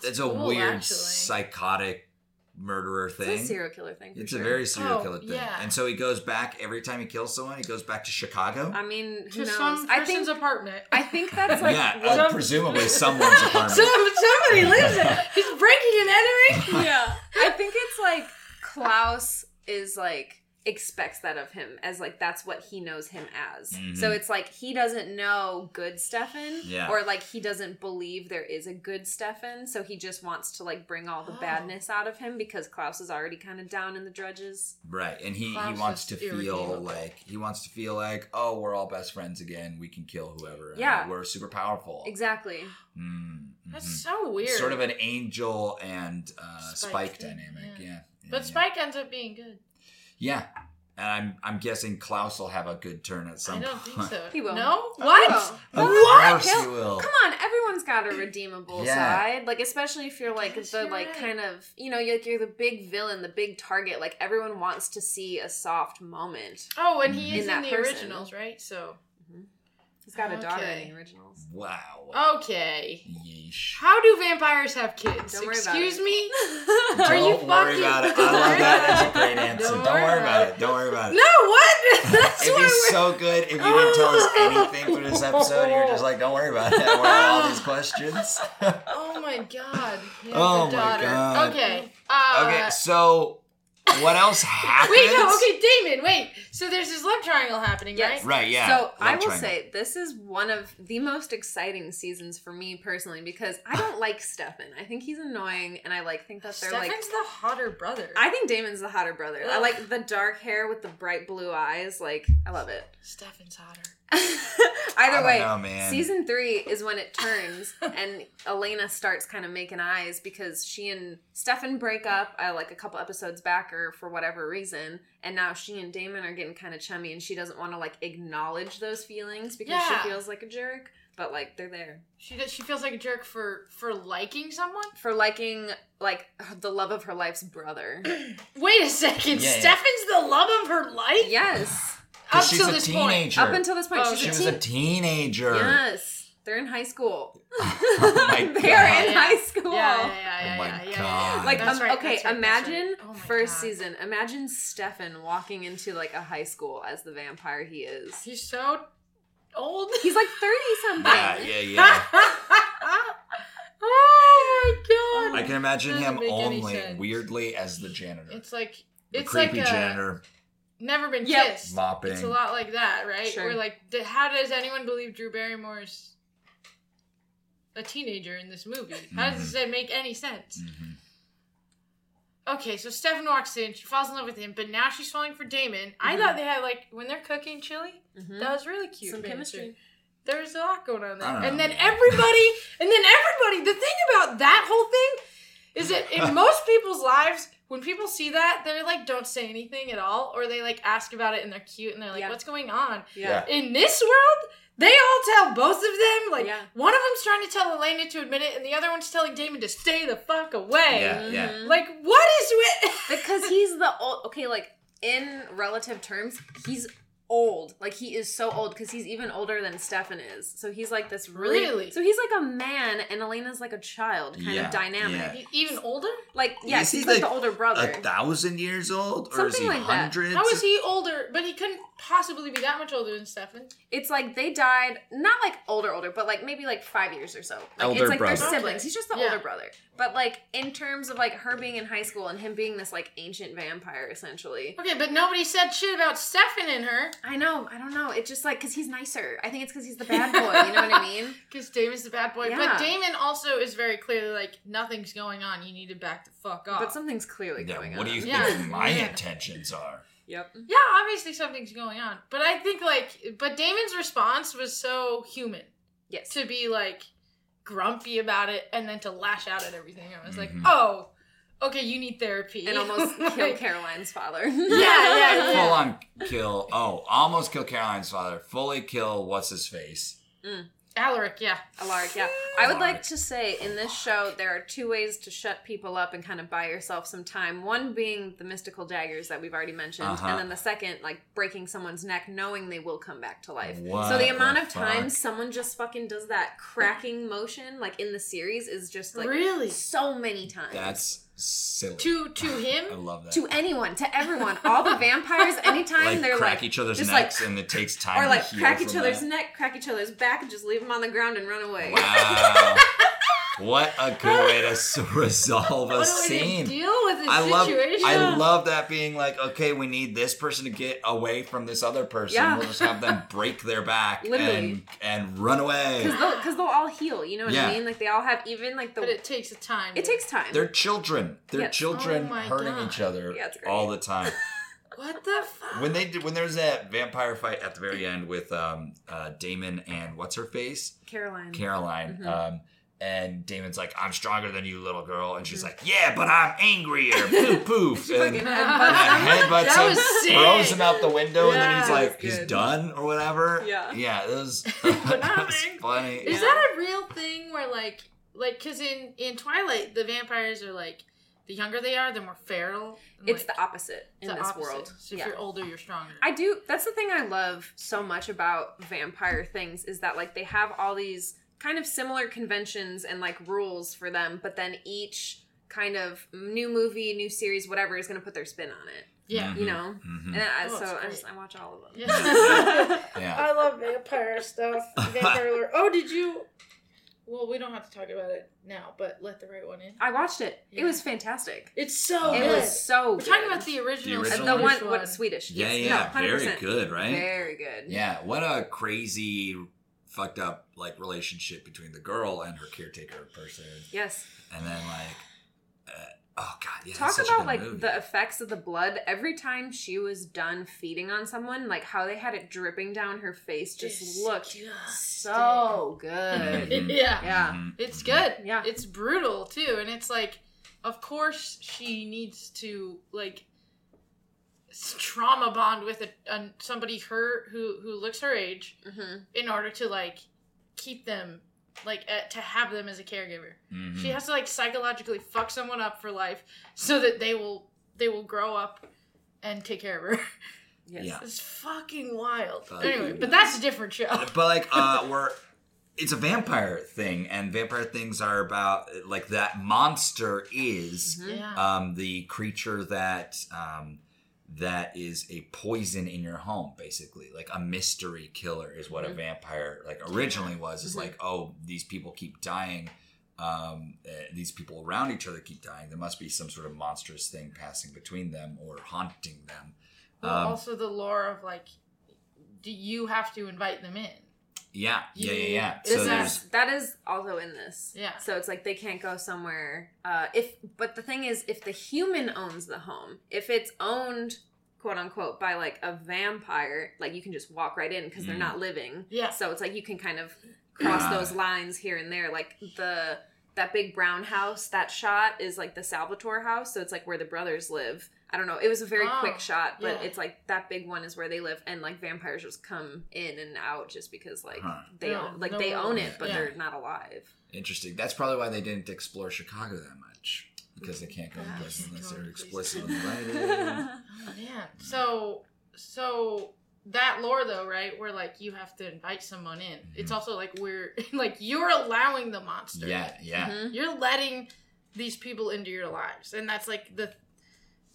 that's a cool, weird actually. psychotic murderer thing. it's a serial killer thing for It's sure. a very serial Oh, killer thing. yeah. And so he goes back every time he kills someone. He goes back to Chicago. i mean who to knows some i person's think apartment. I [LAUGHS] think that's [LAUGHS] like yeah, what- uh, presumably someone's [LAUGHS] apartment. Some, somebody lives there. He's breaking and entering. [LAUGHS] yeah. I think it's like Klaus is like expects that of him as like that's what he knows him as. So Mhm. it's like he doesn't know good Stefan Yeah. or like he doesn't believe there is a good Stefan, so he just wants to like bring all the Oh. badness out of him because Klaus is already kind of down in the drudges. Right, and he, he Klaus wants is to feel irredeemable. like he wants to feel like oh we're all best friends again. We can kill whoever. and Yeah. we're super powerful. Exactly. Mm, That's mhm. so weird. Sort of an angel and uh, Spike, Spike thing, dynamic. Yeah. yeah. yeah, But yeah. Spike ends up being good. Yeah, and I'm I'm guessing Klaus will have a good turn at I some. don't think point. so. He will. No? Oh, What? well. [LAUGHS] Of What? course he He'll- will. Come on, everyone's got a redeemable Yeah. side. Like especially if you're like Yes, the you're like right. kind of you know you're, like you're the big villain, the big target. Like everyone wants to see a soft moment. Oh, and he In is in, that the person. originals, right? So He's got a daughter in Okay. the originals. Wow. Oh. okay. Yeesh. How do vampires have kids? Don't worry about Excuse it. me. [LAUGHS] Don't Are you worry fucking- about [LAUGHS] it. I love that. That's a great answer. Don't, Don't worry, worry about about it. Don't worry about it. No, what? [LAUGHS] That's It'd be why we're. so good if you didn't tell us anything through this episode. and You're just like, don't worry about it. We're on all these [LAUGHS] questions. Oh my god. He has Oh a my daughter. God. Okay. Uh, okay, so what else happens? Wait, no. Okay, Damon. Wait. So there's this love triangle happening, Yes. right? Right, yeah. So love I will triangle. say this is one of the most exciting seasons for me personally because I don't like Stefan. I think he's annoying, and I like think that they're Stefan's like. the hotter brother. I think Damon's the hotter brother. I Ugh. like the dark hair with the bright blue eyes. Like I love it. Stefan's hotter. I Either don't way, know, man. season three is [LAUGHS] when it turns and Elena starts kind of making eyes because she and Stefan break up uh, like a couple episodes back or for whatever reason, and now she and Damon are getting kind of chummy, and she doesn't want to like acknowledge those feelings because Yeah. she feels like a jerk, but like they're there She does, she feels like a jerk for for liking someone. for liking like the love of her [CLEARS THROAT] life's brother. Wait a second. Yeah, yeah. Stephen's the love of her life yes, 'Cause up she's till a this point. teenager. up until this point, Oh, she's she a was a teen. teenager. yes, they're in high school. [LAUGHS] Oh my [LAUGHS] They're God. in high school. Yeah, yeah, yeah, yeah, Oh my yeah, yeah, yeah, God. yeah. Like That's um, right, okay, that's right, that's right. imagine Oh my first God. season. Imagine Stefan walking into like a high school as the vampire he is. He's so old. [LAUGHS] He's like thirty something. Yeah, yeah, [LAUGHS] yeah. oh my I god. can imagine Doesn't him make any only sense. weirdly as the janitor. It's like the it's creepy like a janitor never been Yep. kissed. mopping. It's a lot like that, right? Sure. We're like, d- how does anyone believe Drew Barrymore's a teenager in this movie? How Mm-hmm. does that make any sense? Mhm. Okay, so Stefan walks in, she falls in love with him, but now she's falling for Damon. I thought they had like when they're cooking chili, Mhm. that was really cute. Mm-hmm. Some banter. chemistry. There was a lot going on there. I don't And know. then everybody, and then everybody, the thing about that whole thing is [LAUGHS] that in most people's lives, when people see that, they're like, don't say anything at all, or they like ask about it and they're cute and they're like, Yeah. what's going on? Yeah. In this world, they all tell both of them, like, Yeah. one of them's trying to tell Elena to admit it, and the other one's telling Damon to stay the fuck away. Yeah, yeah. Like, what is with. Mm-hmm. because he's the old. Okay, like in relative terms, he's old. Like he is so old because he's even older than Stefan is. So he's like this really. Really? So he's like a man, and Elena's like a child kind Yeah, of dynamic. [LAUGHS] yeah. Even older? Like yeah, Is he he's like the like older brother. A thousand years old, or is Something he like that. hundreds? How is he older? But he couldn't possibly be that much older than Stefan. it's like they died not like older older but like maybe like five years or so like, Elder it's like brother. they're siblings he's just the Yeah. older brother but like in terms of like her being in high school and him being this like ancient vampire essentially Okay, but nobody said shit about Stefan and her. i know i don't know it's just like because he's nicer i think it's because he's the bad boy you know what i mean Because Damon's the bad boy. Yeah. But Damon also is very clearly like, nothing's going on. You need to back the fuck [LAUGHS] off. but something's clearly Yeah, going what on do you think Yeah. my Yeah. intentions are? yep yeah, obviously something's going on. But I think like, but Damon's response was so human yes to be like grumpy about it and then to lash out at everything. I was like, Mhm. oh, okay, you need therapy. and [LAUGHS] [LAUGHS] almost kill Like, caroline's father Yeah, [LAUGHS] yeah, [LAUGHS] yeah. Full on kill. Oh, almost kill Caroline's father. Fully kill. What's his face? Alaric, yeah. Alaric, yeah. I would like Alaric. to say in this show there are two ways to shut people up and kind of buy yourself some time. One being the mystical daggers that we've already mentioned, Uh-huh. and then the second, like breaking someone's neck knowing they will come back to life. What so the the amount of times fuck? someone just fucking does that cracking motion, like in the series, is just like Really? so many times. That's silly. To to him, I love that. to anyone, to everyone, all the vampires, anytime like they're crack like each other's just, necks, like, and it takes time. or to like heal crack each from other's that. neck, crack each other's back, and just leave them on the ground and run away. [LAUGHS] Wow. what a good way to s- resolve a what do we scene. deal with this [LAUGHS] I love situation? I love that being like, okay, we need this person to get away from this other person. Yeah. We'll just have them break their back and Literally. and run away. because they'll, 'cause they'll all heal. You know what Yeah. I mean? Like they all have even like the. but it It, takes a time. takes time. They're children. They're Yes. children Oh my hurting God. each other Yeah, it's great. all the time. What the fuck? [LAUGHS] when they did, when there's that vampire fight at the very end with um, uh, Damon and what's her face Caroline. Caroline. Mhm. Um, and Damon's like, "I'm stronger than you, little girl," and she's like, "Yeah, but I'm angrier." Poof, poof. Fucking and- [LAUGHS] headbutt. Yeah, headbutts That him, was sick. throws him out the window, and then Yeah, he's that like, was he's good. done or whatever. Yeah. yeah, it was, [LAUGHS] [LAUGHS] But that I'm was angry. funny. Is Yeah. that a real thing where like like cuz in in Twilight the vampires are like the younger they are the more feral. and, it's like, the opposite in the this opposite. world. So if yeah. you're older you're stronger. I do. That's the thing I love so much about vampire things is that like they have all these kind of similar conventions and like rules for them, but then each kind of new movie, new series, whatever is going to put their spin on it. yeah. Mhm. You know. Mhm. And I, Oh, it's so I great. just I watch all of them. Yeah. uh, Yeah, love vampire stuff. Vampire lore. Oh, did you Well, we don't have to talk about it now, but let the right one in. [LAUGHS] I watched it. Yeah. It was fantastic. It's so it good. was so. We're talking good. about the original, The And original the Swedish one, what Swedish? yeah, yes. yeah. No, 100%. very good, right? Very good. Yeah, what a crazy, fucked up like relationship between the girl and her caretaker person, Yes. and then like, uh, oh god, yeah, that's Talk such a about good like movie. the effects of the blood. Every time she was done feeding on someone, like how they had it dripping down her face just looked so [LAUGHS] good. Mhm. yeah. Yeah. Mhm. It's good. Yeah. It's brutal too. And it's like, of course, she needs to, like, s- trauma bond with a, a, somebody her who, who looks her age hmm in order to, like, keep them, like, uh, to have them as a caregiver. Mhm. She has to, like, psychologically fuck someone up for life so that they will they will grow up and take care of her. [LAUGHS] Yes. Yeah. it's fucking wild. Fucking anyway, but that's a different show. but like uh we're it's a vampire thing, and vampire things are about like that monster is Yeah. um, the creature that um, that is a poison in your home, basically, like a mystery killer is what a vampire like originally was. Is like, oh, these people keep dying. Um, uh, these people around each other keep dying. There must be some sort of monstrous thing passing between them or haunting them. Well, Um, also the lore of like, do you have to invite them in? Yeah, yeah, yeah, yeah. Is So This there's is, that is also in this. Yeah. So it's like they can't go somewhere. Uh, if but the thing is, if the human owns the home, if it's owned quote unquote by like a vampire, like you can just walk right in because they're Mm. not living. Yeah. So it's like you can kind of cross Ah. those lines here and there. Like the that big brown house, that shot is like the Salvatore house. So it's like where the brothers live. I don't know. It was a very Oh, quick shot, but yeah. it's like that big one is where they live, and like vampires just come in and out just because like Huh. they No, own, like no they own one- it, but yeah. they're not alive. Interesting. That's probably why they didn't explore Chicago that much because they can't go in Ah, Gosh, places unless don't they're please. explicitly [LAUGHS] invited. Oh man. So so that lore though, right? Where like you have to invite someone in. It's also like we're [LAUGHS] like you're allowing the monster. Mm-hmm. yeah, yeah. Mhm. You're letting these people into your lives, and that's like the.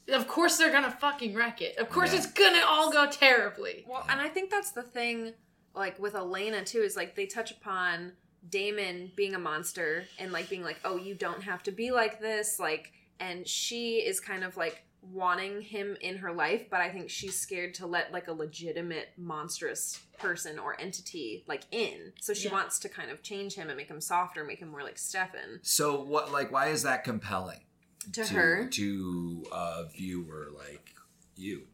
Of course they're gonna fucking wreck it. Of course Yeah. it's gonna all go terribly. Well, and I think that's the thing, like with Elena too, is like they touch upon Damon being a monster and like being like, oh, you don't have to be like this. Like, and she is kind of like wanting him in her life, but I think she's scared to let like a legitimate monstrous person or entity like in. So she Yeah. wants to kind of change him and make him softer, make him more like Stefan So what? Like, why is that compelling to, her. to a viewer like [LAUGHS] you?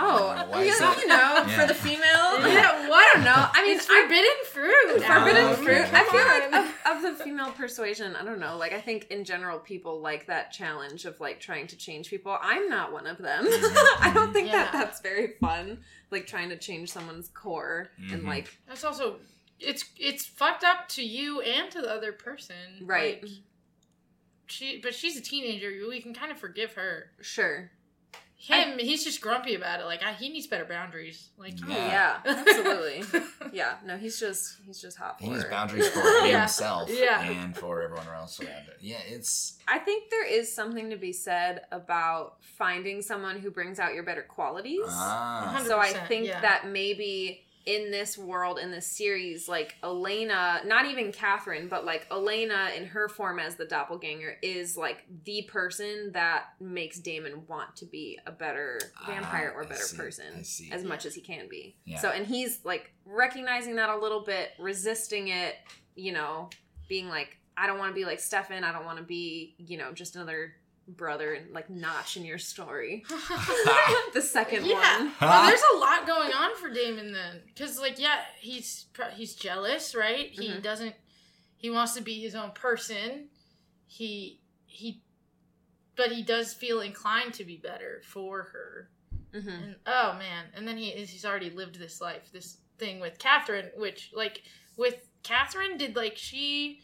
Oh, Why is yeah, that- you know, Yeah. for the [LAUGHS] female. Yeah. well, I don't know. I mean, It's I- forbidden fruit. Forbidden Oh, okay. fruit. I feel Fine. like of, of the female persuasion, I don't know. Like I think in general, people like that challenge of like trying to change people. I'm not one of them. [LAUGHS] I don't think that Yeah. that's very fun. Like trying to change someone's core and Mhm. like That's also it's it's fucked up to you and to the other person. Right. Like, she but she's a teenager. We can kind of forgive her. sure. Him, he's just grumpy about it. Like I, he needs better boundaries. Like Oh, Yeah. yeah, [LAUGHS] absolutely. yeah. No, he's just he's just hot. He for has it. [LAUGHS] boundaries for Yeah. himself Yeah. and for everyone else around it. Yeah, it's I think there is something to be said about finding someone who brings out your better qualities. ah, hundred- So I 100%, think yeah. that maybe in this world, in this series, like Elena, not even Catherine, but like Elena in her form as the doppelganger is like the person that makes Damon want to be a better vampire Ah, or I better see, person I see. [LAUGHS] as much as he can be. Yeah. So, and he's like recognizing that a little bit, resisting it, you know, being like, I don't want to be like Stefan. I don't want to be, you know, just another brother and like notch in [LAUGHS] your story. the second Yeah. one. Well, there's a lot going on for Damon then, because like yeah, he's pro- he's jealous, right? He Mhm. doesn't. He wants to be his own person. He he, but he does feel inclined to be better for her. Mm-hmm. And, oh man! And then he he's already lived this life, this thing with Catherine, which like with Catherine did like she,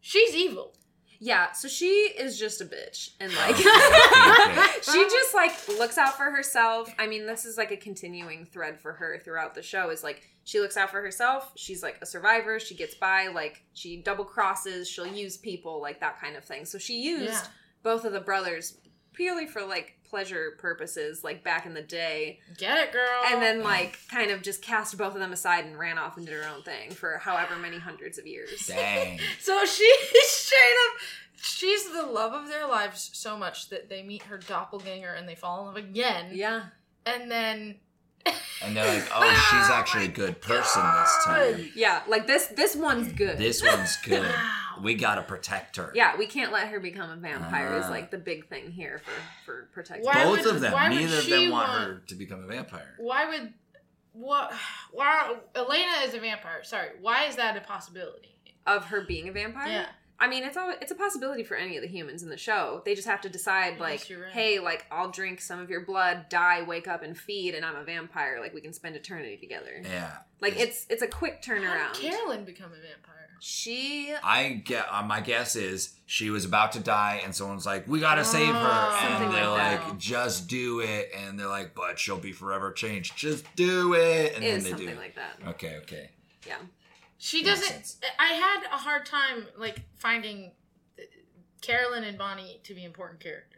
she's evil. Yeah, so she is just a bitch. [LAUGHS] And like [LAUGHS] Okay. she just like looks out for herself. I mean, this is like a continuing thread for her throughout the show is like she looks out for herself. She's like a survivor. She gets by. Like she double crosses. She'll use people like that kind of thing. So she used Yeah. both of the brothers purely for like pleasure purposes, like back in the day, Get it, girl. and then like kind of just cast both of them aside and ran off and did her own thing for however many hundreds of years. dang. So she [LAUGHS] straight up, she's the love of their lives so much that they meet her doppelganger and they fall in love again. Yeah. And then And they're like, oh, she's actually a good person [LAUGHS] this time. Yeah, like this this one's good. This one's [SIGHS] good. Wow. We gotta protect her. Yeah, we can't let her become a vampire is Ah. like the big thing here for for protecting. Why Both would- of them. why would Neither of she them want, want- her to become a vampire. why would what? [SIGHS] Why Elena is a vampire? Sorry, why is that a possibility? Of her being a vampire? Yeah. I mean, it's all it's a possibility for any of the humans in the show. They just have to decide Yes, like, you're right. hey, like I'll drink some of your blood, die, wake up and feed and I'm a vampire. Like we can spend eternity together. Yeah. Like it's it's a quick How turnaround. did Carolyn become a vampire? She I get. Uh, my guess is she was about to die, and someone's like, "We gotta save her," Oh. and Something they're like like, that. "Just do it," and they're like, "But she'll be forever changed. Just do it," and then is they do. something it. like that. okay, okay. Yeah. She makes doesn't. sense. I had a hard time like finding uh, Carolyn and Bonnie to be important characters.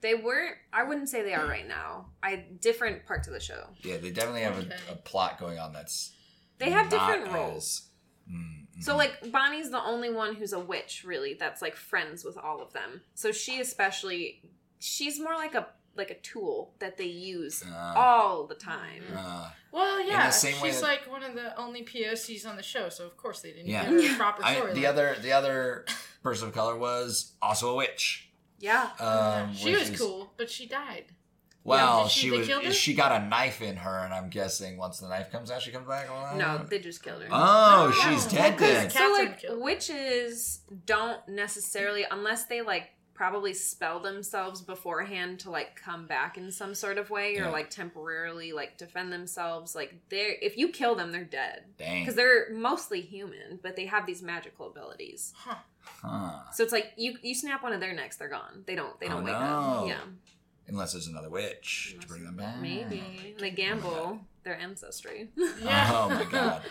They weren't. I wouldn't say they are right now. I different parts of the show. Yeah, they definitely have Okay. a, a plot going on that's. They not have different roles. as- Mm, mm. So like Bonnie's the only one who's a witch really that's like friends with all of them. So she especially she's more like a like a tool that they use Uh, all the time. uh, Well, the yeah, same way she's that- like one of the only POCs on the show, so of course they didn't Yeah. give her a proper I- story. the other the other person of color was also a witch. Yeah. Um, she which was is- cool, but she died. Well, Did she- she they was. killed her? She got a knife in her, and I'm guessing once the knife comes out, she comes back alive. No, they just killed her. Oh, No, she's no, dead because then. Cat- so Catherine like killed her. witches don't necessarily unless they like probably spell themselves beforehand to like come back in some sort of way or Yeah. like temporarily like defend themselves like they're if you kill them they're dead because Dang. they're mostly human but they have these magical abilities Huh. Huh. So it's like you you snap one of their necks, they're gone. They don't they don't Oh, wake no. up. Yeah, Unless there's another witch to bring them back. maybe they gamble their ancestry. [LAUGHS] [LAUGHS] Yeah. Oh my god.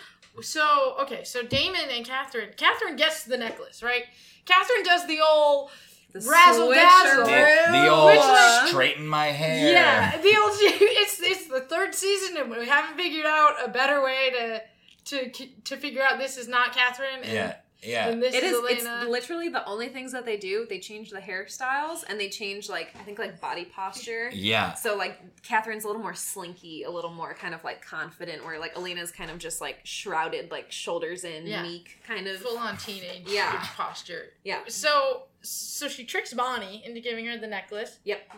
So okay, so Damon and Catherine. Catherine gets the necklace, right? Catherine does the old The Razzle dazzle. the, [LAUGHS] switcheroo. the old Which, like- straighten my hair. yeah, the old. [LAUGHS] It's it's the third season, and we haven't figured out a better way to to to figure out this is not Catherine. And, Yeah. Yeah. and this It is, is. Elena. It's literally the only things that they do. They change the hairstyles and they change like I think like body posture. Yeah. So like Catherine's a little more slinky, a little more kind of like confident, where like Elena's kind of just like shrouded, like shoulders in, Yeah. meek kind of. full on teenage Yeah. posture. Yeah. So so she tricks Bonnie into giving her the necklace. Yep.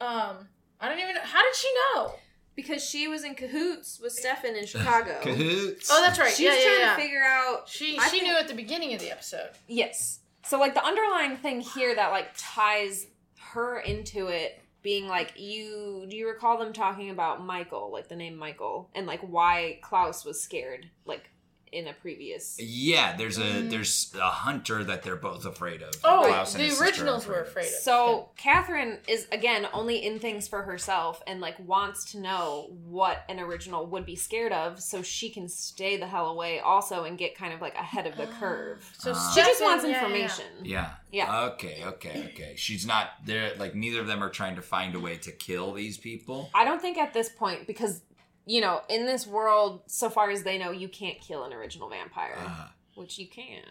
Um, I don't even know. How did she know? Because she was in cahoots with [LAUGHS] Stefan in Chicago. Cahoots. Oh, that's right. She's yeah, trying yeah, yeah. to figure out she I she think- knew at the beginning of the episode. Yes. So like the underlying thing here that like ties her into it being like you do you recall them talking about Michael, like the name Michael and like why Klaus was scared like in a previous Yeah, there's a Mm. there's a hunter that they're both afraid of. Oh, Klaus and his sister are the originals were of. afraid of. So Catherine is again only in things for herself and like wants to know what an original would be scared of so she can stay the hell away also and get kind of like ahead of the [GASPS] curve. So Ah. She just Stefan- wants yeah, yeah, yeah. information. Yeah. Yeah. Okay, okay, okay. She's not there like neither of them are trying to find a way to kill these people. I don't think at this point because you know in this world, so far as they know, you can't kill an original vampire, [LAUGHS] Uh, which you [LAUGHS] can.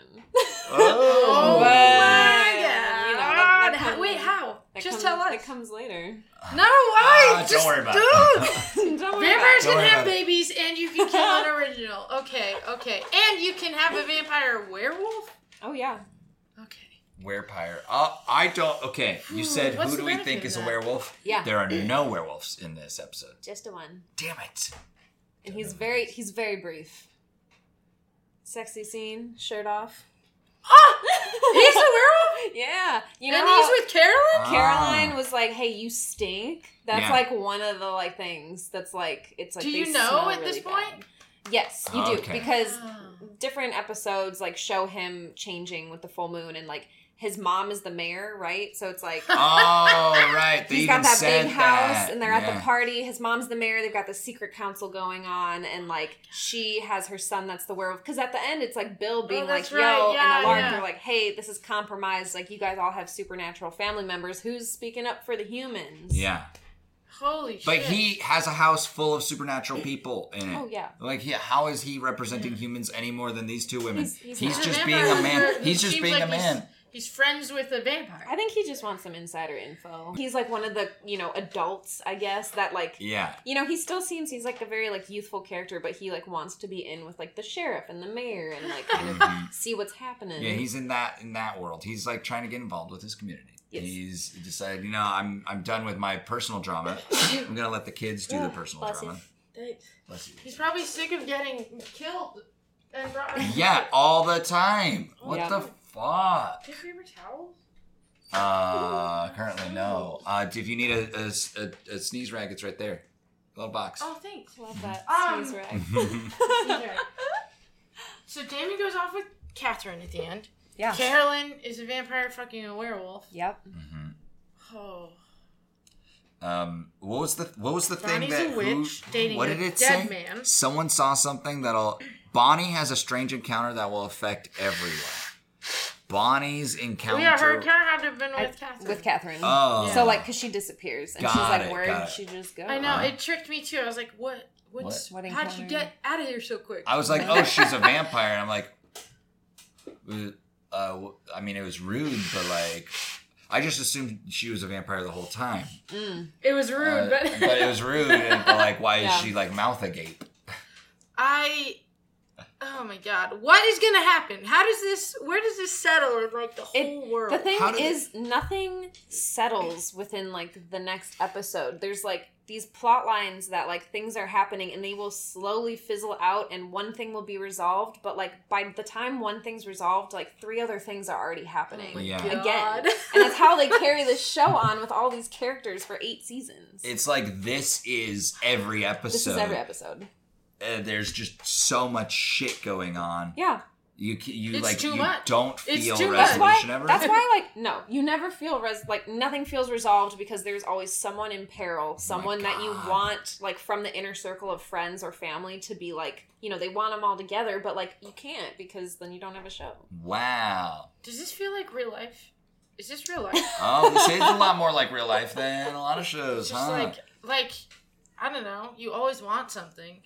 Oh Well, my you know, god! that- that comes- Wait, how? That comes, Just tell us. That comes [LAUGHS] later. no, why? Ah, don't Just worry about dude. it. [LAUGHS] Don't worry Vampires about Don't can worry have about it. babies, and you can kill [LAUGHS] an original. Okay, okay, and you can have a vampire werewolf. it. Oh yeah, [LAUGHS] Okay. Werepire. Uh, I don't. Okay, Hmm, you said What's who the do we benefit think of is a that? werewolf? Yeah. There are no werewolves in this episode. just a one, Damn it. and he's very he's very brief. Sexy scene, shirt off. Ah! [LAUGHS] He's a werewolf, yeah, you know. and how he's with Carolyn. Ah. Caroline was like, "Hey, you stink." That's Yeah. like one of the like things. That's like it's like. Do they you know smell at this really bad. point? Yes, you do Okay. because Oh. different episodes like show him changing with the full moon and like his mom is the mayor, right? So it's like Oh [LAUGHS] right, [LAUGHS] they he's even got that said big house that. and they're at Yeah. the party. His mom's the mayor. They've got the secret council going on and like she has her son that's the werewolf cuz at the end it's like Bill being like Oh, that's yo right. Yeah, and alarmed yeah. they're like hey, this is compromised. Like you guys all have supernatural family members. Who's speaking up for the humans? Yeah, Holy shit! but he has a house full of supernatural people in it. Oh yeah. Like, yeah, how is he representing humans any more than these two women? He's- He's, he's He's not. just being vampire a hunter. man. He's just Seems being like a man. He's, he's friends with a vampire. I think he just wants some insider info. He's like one of the, you know, adults, I guess, that like Yeah, you know he still seems he's like a very like youthful character but he like wants to be in with like the sheriff and the mayor and [LAUGHS] like kind of see what's happening yeah. He's in that in that world. He's like trying to get involved with his community. Yes. He's decided, you know, I'm I'm done with my personal drama. I'm gonna let the kids do their personal Bless drama. you. Bless you. He's probably sick of getting killed and brought back. Yeah, all the time. What Yeah. the fuck? Did we ever towels? Uh, currently no. Uh, if you need a, a s- a- a sneeze rag, it's right there. Little box. Oh, thanks. love that Um, sneeze rag. [LAUGHS] Either. [LAUGHS] so Damon goes off with Catherine at the end. yeah Carolyn is a vampire fucking a werewolf. yep Mhm. Oh. Um, what was the what was the thing Bonnie's that a witch who, dating what a did it dead say? man. Someone saw something that'll Bonnie has a strange encounter that will affect everyone. Bonnie's encounter. Yeah, her encounter had to have been with Catherine. with Catherine. Oh. So like, cause she disappears and she's Got like, it, where got did it. she just go? I know Uh-huh. it tricked me too. I was like, what? What's What? What How'd you encounter? get out of here so quick? I was like, oh, she's a vampire. And I'm like, uh, w- I mean, it was rude, but like, I just assumed she was a vampire the whole time. Mm. it was rude, Uh, but, it was rude. And, but like, why [LAUGHS] Yeah. is she like mouth agape? [LAUGHS] I. Oh my god, what is gonna happen? How does this? Where does this settle in like the It- whole world? The thing How did is, nothing settles within like the next episode. There's like these plot lines that like things are happening and they will slowly fizzle out and one thing will be resolved, but like by the time one thing's resolved, like three other things are already Oh happening. Oh, Yeah. Again. [LAUGHS] And that's how they carry this show on with all these characters for eight seasons. It's like this is every episode. this is every episode. Uh, there's just so much shit going on. Yeah. You ca- you It's like too you much. don't It's feel too much. That's why. resolution ever. That's why, like, no, you never feel res like nothing feels resolved because there's always someone in peril, someone that you Oh God. want, like, from the inner circle of friends or family to be like, you know, they want them all together, but like, you can't because then you don't have a show. Wow. Does this feel like real life? Is this real life? Oh, this is a lot more like real life than a lot of shows, It's just huh? like like I don't know. You always want something.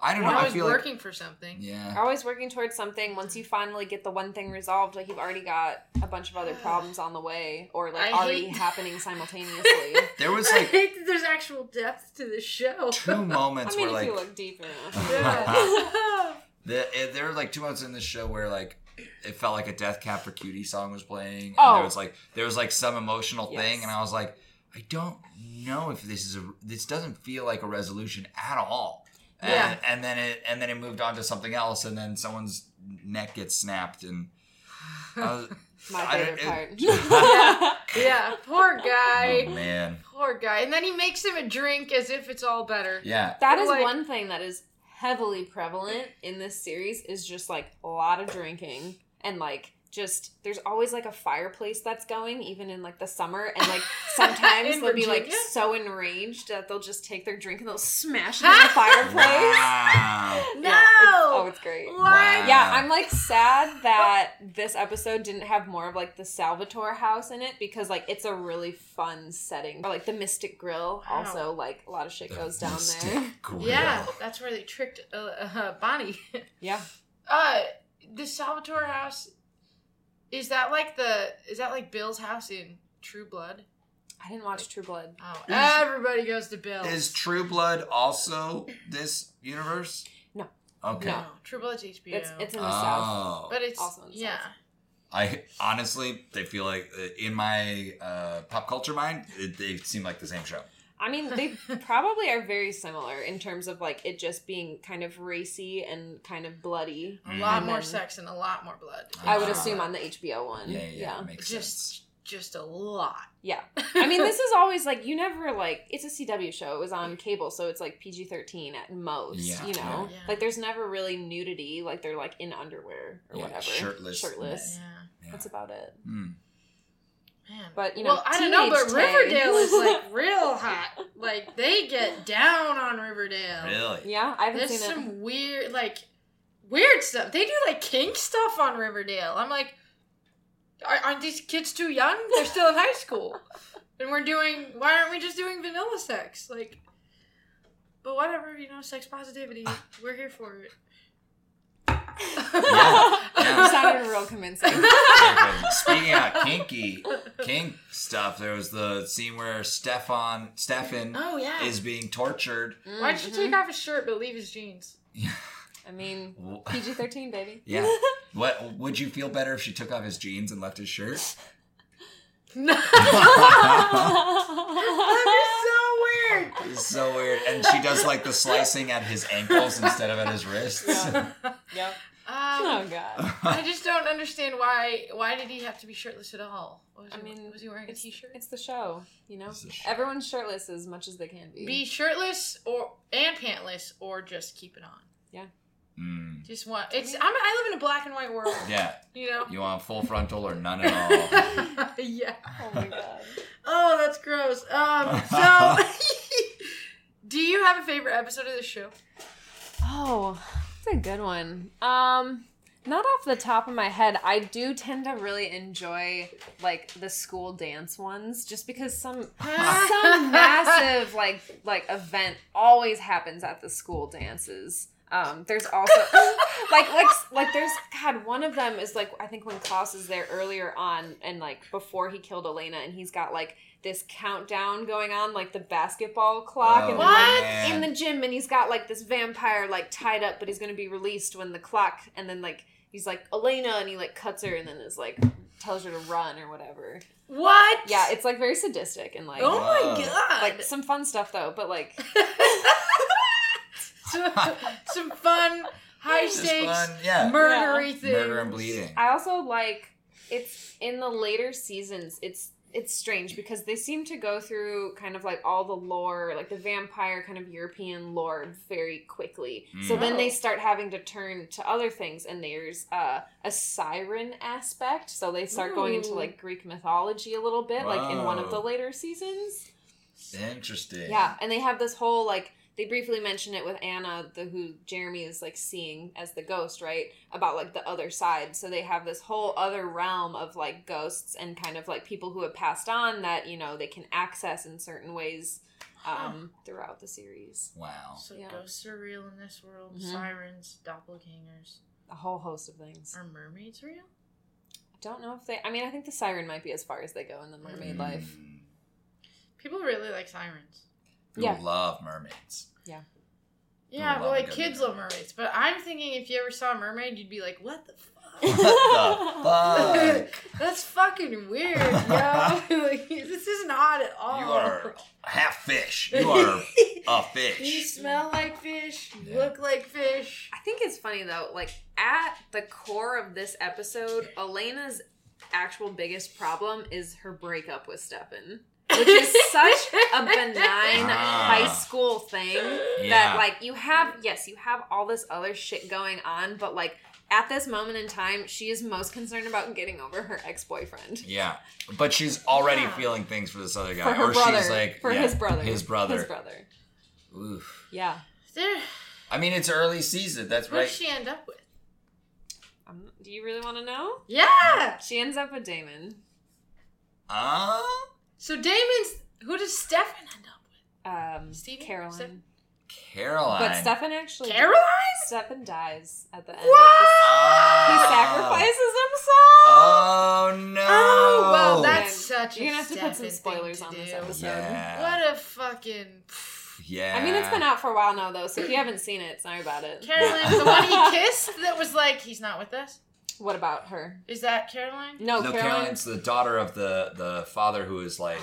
I don't know. You're I always feel working for something. like yeah. You're always working towards something. Once you finally get the one thing resolved, like you've already got a bunch of other problems on the way, or like I already hate- happening [LAUGHS] simultaneously. There was I like hate that there's actual depth to [LAUGHS] this show. two moments [LAUGHS] I mean, if where like you look deep enough, Yeah. the, eh, there were like two moments in this show where like it felt like a Death Cab for Cutie song was playing. And Oh. there was like there was like some emotional thing, Yes. and I was like, I don't know if this is a this doesn't feel like a resolution at all. And, Yeah. and then it and then it moved on to something else, and then someone's neck gets snapped, and I [LAUGHS] was, my I don't- favorite part. [LAUGHS] [LAUGHS] [LAUGHS] yeah, poor oh guy. man, Poor guy. And then he makes him a drink as if it's all better. yeah. That is Like- one thing that is heavily prevalent in this series is just like a lot of drinking and like just there's always like a fireplace that's going even in like the summer and [LAUGHS] like sometimes In they'll be like Virginia? so enraged that they'll just take their drink and they'll smash [LAUGHS] it in the fireplace. Wow. [LAUGHS] No. Yeah, it's- oh, it's great. Wow. Yeah, I'm like sad that this episode didn't have more of like the Salvatore house in it because like it's a really fun setting. Or like the Mystic Grill, Wow. also like a lot of shit goes down Mystic there. Grill. yeah, that's where they tricked uh, uh, Bonnie. [LAUGHS] Yeah. uh, the Salvatore house. Is that like the? Is that like Bill's house in True Blood? I didn't watch True Blood. Oh, everybody goes to Bill's. Is True Blood also this universe? No. Okay. no, True Blood's HBO. It's it's in the south. Oh, but it's also in the yeah. South. I honestly, they feel like uh, in my uh, pop culture mind, it, they seem like the same show. I mean, they [LAUGHS] probably are very similar in terms of like it just being kind of racy and kind of bloody. Mm. A lot Mhm. more sex and a lot more blood. I would Ah. assume on the HBO one. Yeah, yeah, yeah. it Makes sense. Just just a lot. [LAUGHS] Yeah. I mean, this is always like you never like it's a CW show. It was on cable, so it's like PG thirteen at most. Yeah. You know, Yeah. like there's never really nudity. Like they're like in underwear or Yeah, whatever, shirtless. Shirtless. Yeah, Yeah. That's about it. Hmm. man. But, you know, well, I don't know, but teenage Riverdale Tay. [LAUGHS] is like real hot. Like they get down on Riverdale. Really? Yeah, I haven't There's seen it. some weird, like weird stuff. They do like kink stuff on Riverdale. I'm like, are, aren't these kids too young? They're still in high [LAUGHS] school, and we're doing. Why aren't we just doing vanilla sex? Like, but whatever, you know, sex positivity. Ah. We're here for it. [LAUGHS] [LAUGHS] you sounded real convincing. Okay, [LAUGHS] Speaking of kinky, kink stuff, there was the scene where Stefan, Stefan Oh yeah. is being tortured. [LAUGHS] Why'd you Mm-hmm. take off his shirt but leave his [LAUGHS] jeans? I mean, PG thirteen, baby. [LAUGHS] Yeah. What would you feel better if she took off his jeans and left his shirt? No. so weird. It's so weird. And she does like the slicing at his ankles instead of at his wrists. [LAUGHS] Yep. Um, Oh god. I just don't understand why. Why did he have to be shirtless at all? What Was I he, mean, was he wearing a It's, t-shirt? it's the show, you know. It's the show. Everyone's shirtless as much as they can be. be shirtless or and pantless, or just keep it on. Mm. Just want. It's. I'm, I live in a black and white world. Yeah. [LAUGHS] You know. You want full frontal or none [LAUGHS] at all? yeah. Oh my god. Oh, that's gross. Um. [LAUGHS] So, do you have a favorite episode of this show? Oh, That's a good one. Um, not off the top of my head, I do tend to really enjoy like the school dance ones, just because some some massive like like event always happens at the school dances. Um, there's also like like like there's God. One of them is like I think when Klaus is there earlier on, and like before he killed Elena, and he's got like this countdown going on, like the basketball clock, and Oh, then, like, What? man. in the gym and he's got like this vampire like tied up but he's gonna be released when the clock and then like he's like elena and he like cuts her and then is like tells her to run or whatever What? yeah it's like very sadistic and like oh Wow. my god. like some fun stuff though but like some, [LAUGHS] some fun, high Just stakes, fun, yeah. murdery things. Murder and bleeding. i also like it's in the later seasons it's it's strange because they seem to go through kind of like all the lore like the vampire kind of european lore very quickly so Mm. then they Oh. start having to turn to other things and there's uh, a siren aspect so they start going into Ooh. like greek mythology a little bit like in one of the Wow. later seasons Interesting. yeah and they have this whole like they briefly mention it with anna the who jeremy is like seeing as the ghost right about like the other side so they have this whole other realm of like ghosts and kind of like people who have passed on that you know they can access in certain ways um, throughout the series Wow. So Yeah. ghosts are real in this world. Mhm. Sirens, doppelgangers. a whole host of things Are mermaids real? I don't know if they i mean i think the siren might be as far as they go in the mermaid Mm. life People really like sirens. People Yeah. love mermaids. Yeah, Oh, well, wow, like good. kids love mermaids, but I'm thinking if you ever saw a mermaid, you'd be like, "What the What fuck? Oh. [LAUGHS] the fuck? [LAUGHS] That's fucking weird, [LAUGHS] yo. like, this isn't odd at [LAUGHS] all. You are half fish. You are a [LAUGHS] You fish. smell like fish. You Yeah. look like fish. I think it's funny though, like at the core of this episode, Elena's actual biggest problem is her breakup with Stefan. Which [LAUGHS] is such a benign Ah. high school thing Yeah. that like you have yes, you have all this other shit going on, but like at this moment in time, she is most concerned about getting over her ex-boyfriend. Yeah, but she's already Yeah. feeling things for this other guy, for her or brother she's like for yeah, his brother his brother. his brother Oof. yeah There. I mean, it's early season. That's What right. would she end up with? um, do you really want to know Yeah. she ends up with damon Uh, So Damon's. Who does Stefan end up with? um Steven? caroline Stefan? Caroline. but stefan actually Caroline. stefan dies at the end What? of this he Ah. sacrifices himself Oh no! Oh well, that- that's such. You're a gonna have to put some Stefan thing spoilers to on this do. episode. Yeah. What a fucking. [LAUGHS] yeah. I mean, it's been out for a while now, though, so if you haven't seen it, sorry about it. Caroline, the one he kissed that was like, he's not with us. What about her? Is that Caroline? No, No, Caroline. [LAUGHS] Caroline's the daughter of the the father who is [GASPS] like,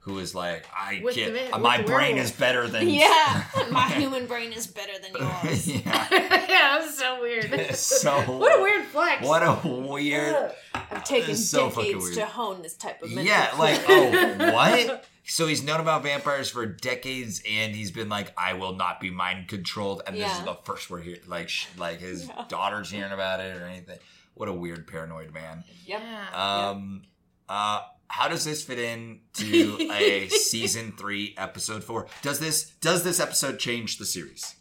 who is like, I With get uh, the man- with my the brain werewolf. is better than [LAUGHS] [LAUGHS] Yeah, my human brain is better than yours. yeah. [LAUGHS] yeah, that's so weird. [LAUGHS] It's [LAUGHS] so what a weird flex. What [LAUGHS] a weird. I've taken It's so fucking decades to weird. hone this type of mental Yeah, [LAUGHS] like clarity. oh what? So he's known about vampires for decades, and he's been like, "I will not be mind controlled," and this Yeah. is the first we're here. Like, sh- like his Yeah. daughter's hearing about it or anything. What a weird paranoid man. Yep. Yeah. Um, uh, how does this fit in to a season three episode four? Does this does this episode change the series?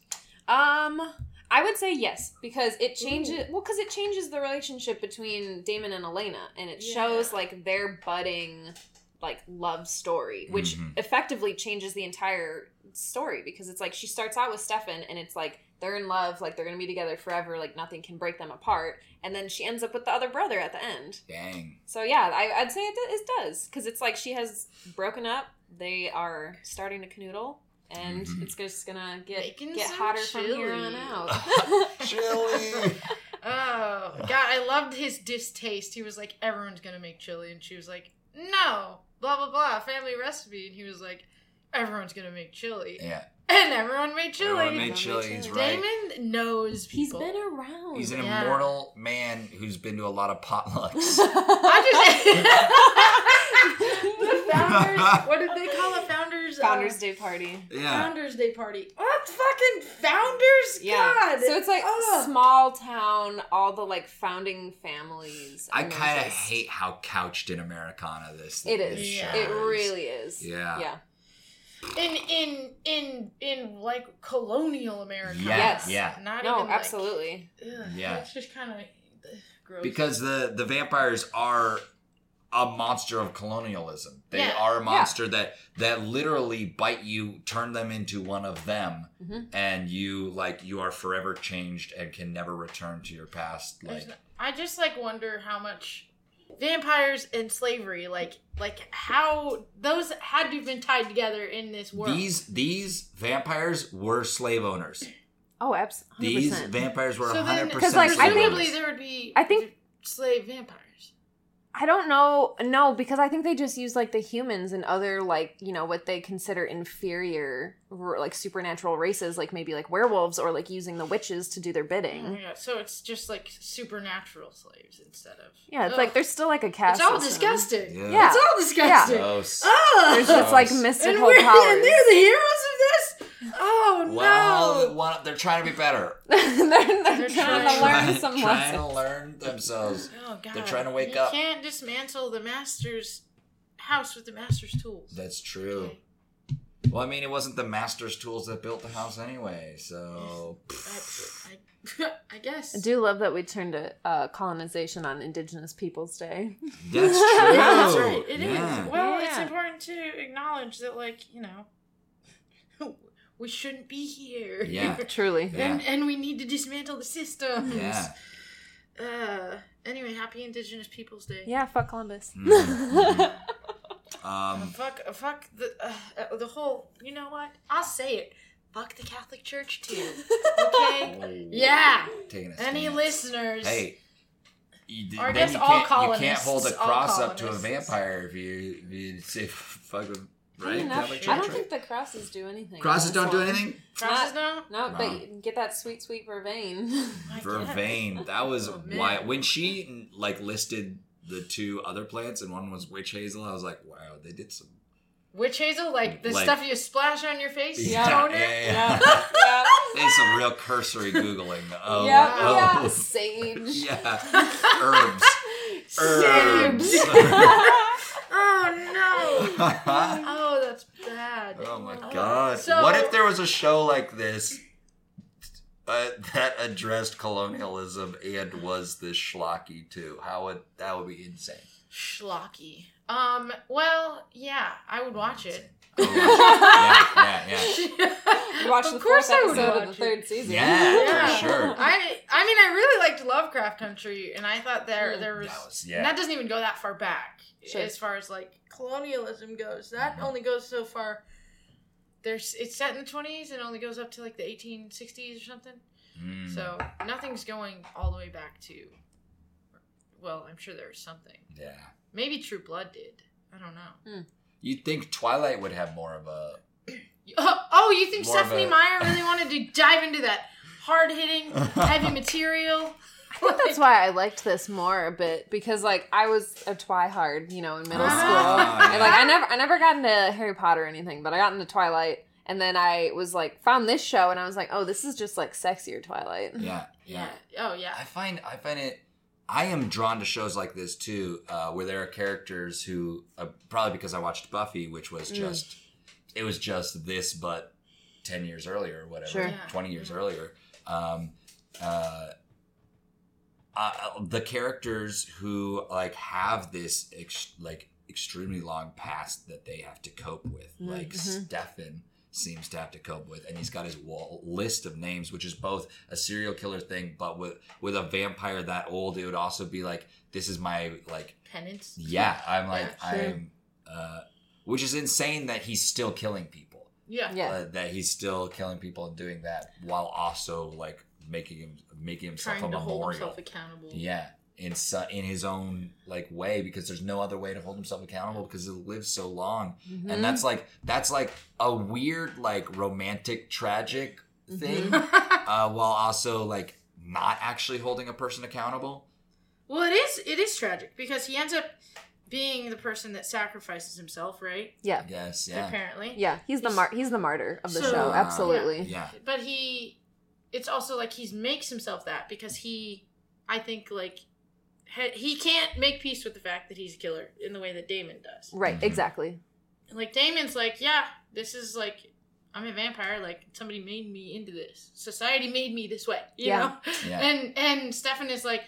Um, I would say yes because it changes. Well, because it changes the relationship between Damon and Elena, and it Yeah. shows like their budding, like love story, which Mhm. effectively changes the entire story because it's like she starts out with Stefan, and it's like they're in love, like they're gonna be together forever, like nothing can break them apart, and then she ends up with the other brother at the end. Dang. So yeah, I, I'd say it, do- it does because it's like she has broken up. They are starting to canoodle, and Mhm. it's just gonna get Making get some hotter from here chili. on out. [LAUGHS] Chili. Oh God, I loved his distaste. He was like, everyone's gonna make chili, and she was like, no, blah blah blah, family recipe, and he was like, everyone's gonna make chili, yeah, and everyone made chili. everyone made Everyone chili. made He's chili. right. Damon [LAUGHS] knows He's people. [LAUGHS] been around. [LAUGHS] He's an Yeah. immortal man who's been to a lot of potlucks. [LAUGHS] I just [LAUGHS] the founders. What did they call a founders? uh, Founders Day party. yeah. Founders Day party. What fucking founders? Yeah. God. So it's like Ugh. small town, all the like founding families. I and they're kind of just- hate how couched in Americana this It is. this Yeah. show It really is. Yeah. Yeah. in in in in like colonial America. Yeah, Yes. yeah. Not No, even, like, absolutely. ugh, Yeah. It's just kind of gross. because the the vampires are a monster of colonialism. They Yeah. are a monster that that literally bite you, turn them into one of them, Mhm. and you like you are forever changed and can never return to your past. There's Like no- I just like wonder how much vampires and slavery like like how those had to have been tied together in this world. these these vampires were slave owners. Oh, absolutely. These vampires were so then, hundred percent because like, like slave I think- presumably owners. there would be I think- slave vampires. I don't know. No, because I think they just use like the humans and other like you know what they consider inferior r- like supernatural races, like maybe like werewolves or like using the witches to do their bidding. Yeah, so it's just like supernatural slaves instead of Yeah, it's Ugh. like there's still like a cast. it's all system. disgusting. Yeah. Yeah. It's all disgusting. Gross. Ugh. There's just [LAUGHS] like Gross. and, mystical we're, and powers. they're the heroes of this. Oh Well, no! one- they're trying to be better. [LAUGHS] they're, they're They're trying trying- to learn Trying- some trying lessons. to learn themselves. Oh god! trying to wake you up. can't dismantle the master's house with the master's tools. That's true. Well, I mean, it wasn't the master's tools that built the house anyway, [LAUGHS] so. I, I, [LAUGHS] I guess. I do love that we turned to uh, colonization on Indigenous Peoples [LAUGHS] Day. That's true. Yeah, Oh, that's right. It is. Oh, Yeah. Well, it's Yeah. important to acknowledge that, like you know, [LAUGHS] we shouldn't be here. Yeah. Truly. Yeah. and and we need to dismantle the systems. Yeah. Uh. Anyway, happy Indigenous Peoples Day. Yeah, fuck Columbus. [LAUGHS] [LAUGHS] Mhm, mhm. Uh, um, Fuck, uh, fuck the uh, uh, the whole. You know what? I'll say it. Fuck the Catholic Church too. [LAUGHS] Okay. yeah. Taking a Any stand. listeners? Hey. You, d- Or I then guess you, all can't, you can't colonists, hold a all cross up to a colonists. vampire if you, if you [LAUGHS] say fuck with. Right? Enough. Catholic I Church, don't right? think the crosses do anything. Crosses don't do anything? Crosses now? No, No. but you can get that sweet, sweet vervain. [LAUGHS] My God. Vervain. That was Oh, man. why when she like listed the two other plants and one was witch hazel, I was like, wow, they did some. Witch hazel, like the Like- stuff you splash on your face, Yeah. toner. yeah, yeah. [LAUGHS] yeah. yeah. Yeah. It's some real cursory googling. Oh, yeah. [LAUGHS] oh. yeah. Sage. yeah. Herbs. [LAUGHS] Herbs. Oh no! oh Oh, that's bad. Oh. my god. So- what if there was a show like this uh, that addressed colonialism and was this schlocky too? How would that would be insane. Schlocky. Um. Well, yeah, I would watch it. [LAUGHS] yeah, yeah, yeah. [LAUGHS] You watched the fourth episode of the watch it. third season. [LAUGHS] Yeah, Yeah. for sure. I I mean I really liked Lovecraft Country and I thought there Mm. there was, That was- and yeah. that doesn't even go that far back Sure. as far as like colonialism goes. That Mhm. only goes so far. There's it's set in the 20s and only goes up to like the 1860s or something. Mm, So nothing's going all the way back to well, I'm sure there's something. yeah. Maybe True Blood did. I don't know. You'd think Twilight would have more of a Oh, oh, you think More of Stephanie a- Meyer really wanted to dive into that [LAUGHS] hard-hitting, heavy material? That's why I liked this more a bit because like I was a twihard, you know, in middle Ah, school. yeah. And like I never I never got into Harry Potter or anything, but I got into Twilight and then I was like found this show and I was like, "Oh, this is just like sexier Twilight." yeah, Mm-hmm. Yeah. Oh, yeah. I find I find it. I am drawn to shows like this too, uh, where there are characters who uh, probably because I watched Buffy, which was Mm. just it was just this, but ten years earlier or whatever, Sure. Yeah. twenty years Yeah. earlier. Um, uh, uh, the characters who like have this ex- like extremely long past that they have to cope with, like Mhm. Stefan seems to have to cope with, and he's got his wall list of names, which is both a serial killer thing, but with with a vampire that old, it would also be like this is my like Penance. yeah, I'm like Yeah, sure. I'm, uh, which is insane that he's still killing people, Yeah. Yeah. uh, that he's still killing people and doing that while also like making him making himself Trying a to hold memorial. himself accountable. Yeah, in so, in his own like way because there's no other way to hold himself accountable because he lives so long, Mm-hmm. Mhm. and that's like that's like a weird like romantic tragic Mm-hmm. thing, [LAUGHS] uh, while also like not actually holding a person accountable. [LAUGHS] well, it is it is tragic because he ends up being the person that sacrifices himself, right? yeah. I guess yeah. Apparently. Yeah, he's the mar- he's the martyr of the So- show. Absolutely. Yeah. But he it's also like he makes himself that because he I think like he he can't make peace with the fact that he's a killer in the way that Damon does. Right, Mhm. exactly. And, like Damon's like, yeah, this is like I'm a vampire. Like somebody made me into this. Society made me this way. You Yeah. know. Yeah. [LAUGHS] And and Stefan is like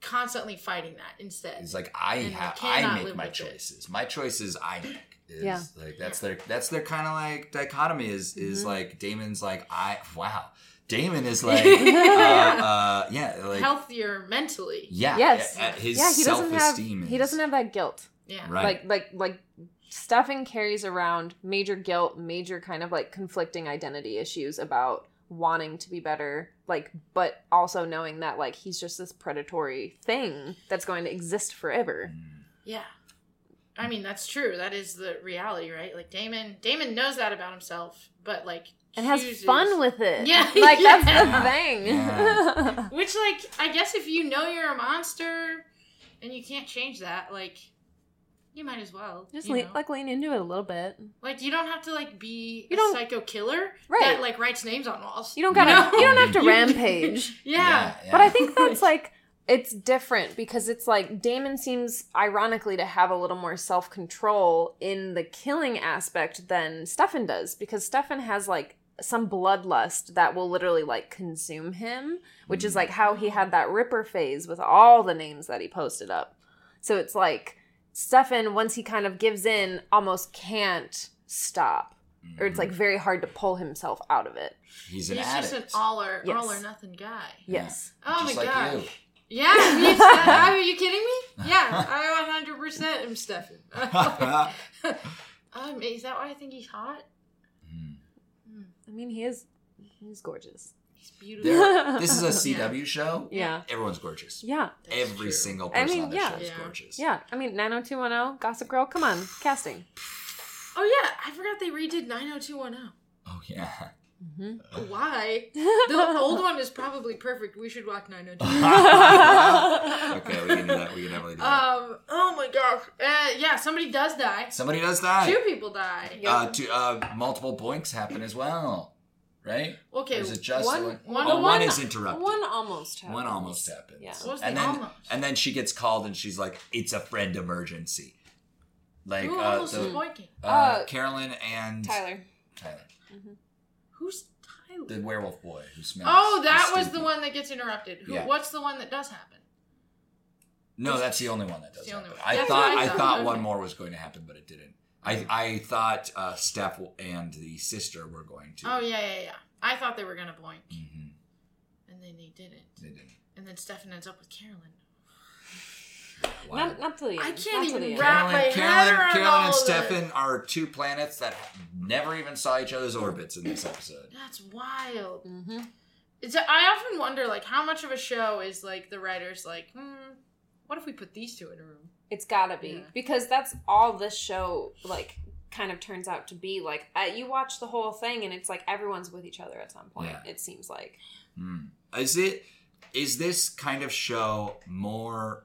constantly fighting that instead. [LAUGHS] It's like I And have you cannot I make live my with it. choices. My choices I make. Is, Yeah. Like that's their that's their kind of like dichotomy is is Mm-hmm. like Damon's like I wow. Damon [LAUGHS] is like uh, uh, yeah like Healthier mentally. yeah Yes. uh, his yeah, he doesn't have self-esteem he is- doesn't have that guilt. Yeah. right. Like like like Stefan carries around major guilt, major kind of like conflicting identity issues about wanting to be better, like but also knowing that like he's just this predatory thing that's going to exist forever. Mm. Yeah. I mean, that's true. That is the reality, right? Like Damon Damon knows that about himself, but like And has chooses- fun with it. Yeah, [LAUGHS] Like that's yeah. the thing. [LAUGHS] Yeah. Which like I guess if you know you're a monster and you can't change that, like you might as well. Just you lean, know? like lean into it a little bit. Like you don't have to like be You a don't- psycho killer Right. that like writes names on walls. You don't gotta. know? You don't have to [LAUGHS] You- rampage. [LAUGHS] yeah. But I think [LAUGHS] that's like it's different because it's like Damon seems ironically to have a little more self control in the killing aspect than Stefan does because Stefan has like some bloodlust that will literally like consume him, which is like how he had that Ripper phase with all the names that he posted up. So it's like Stefan, once he kind of gives in, almost can't stop. Or it's like very hard to pull himself out of it. Mm. he's an He's addict. just an all or Yes. all or nothing guy. Yeah. Yes. Oh Just my like gosh. you. [LAUGHS] Yeah, me and Steph- Are you kidding me? Yeah, I 100% [LAUGHS] am Stefan. [LAUGHS] um, is that why I think he's hot? Mm. I mean, he is he's gorgeous. He's [LAUGHS] beautiful. [LAUGHS] They're- this is a CW show. Yeah. Everyone's gorgeous. Yeah. That's Every true. single I person mean, on the yeah. show is Yeah. gorgeous. Yeah. I mean, 90210, Gossip Girl, come on, casting. Oh yeah, I forgot they redid 90210. [LAUGHS] Oh yeah. Why? The old one is probably perfect. We should watch [LAUGHS] 90210. okay, we can do that. We can definitely do [LAUGHS] Uh, that. um, oh my gosh. Uh, yeah, somebody does die. Somebody does die. Two people die. Uh, two, uh, multiple boinks happen as well, right? Okay, Or is it just one- one- one- oh, one one- is interrupted. One almost happens. One almost happens. Yeah. What was and the then almost? and then she gets called and she's like, "It's a friend emergency." Like Who uh, almost the, is boinking? uh, Uh, Carolyn and Tyler. Tyler, Who's Tyler? the werewolf boy who smells. Oh, that He's was the stupid. one that gets interrupted. Who, Yeah. What's the one that does happen? No, that's the only one that does. the only happen. one. I That's thought what I I thought. thought one Okay. more was going to happen, but it didn't. I I thought uh, Steph and the sister were going to. Oh yeah, yeah, yeah. I thought they were gonna boink, Mhm. and then they didn't. They didn't. And then Stefan ends up with Carolyn. Wow. Not, not till the end. I not can't till the even end. wrap my Carolyn, head Carolyn, around Carolyn all and of Stefan are two planets that never even saw each other's orbits in this episode. this. That's wild. Mhm. It's, I often wonder, like, how much of a show is like the writers like, hmm, what if we put these two in a room? It's gotta be. Yeah. Because that's all this show, like, kind of turns out to be. Like, uh, you watch the whole thing and it's like everyone's with each other at some point, Yeah. it seems like. Hmm. Is it? Is this kind of show more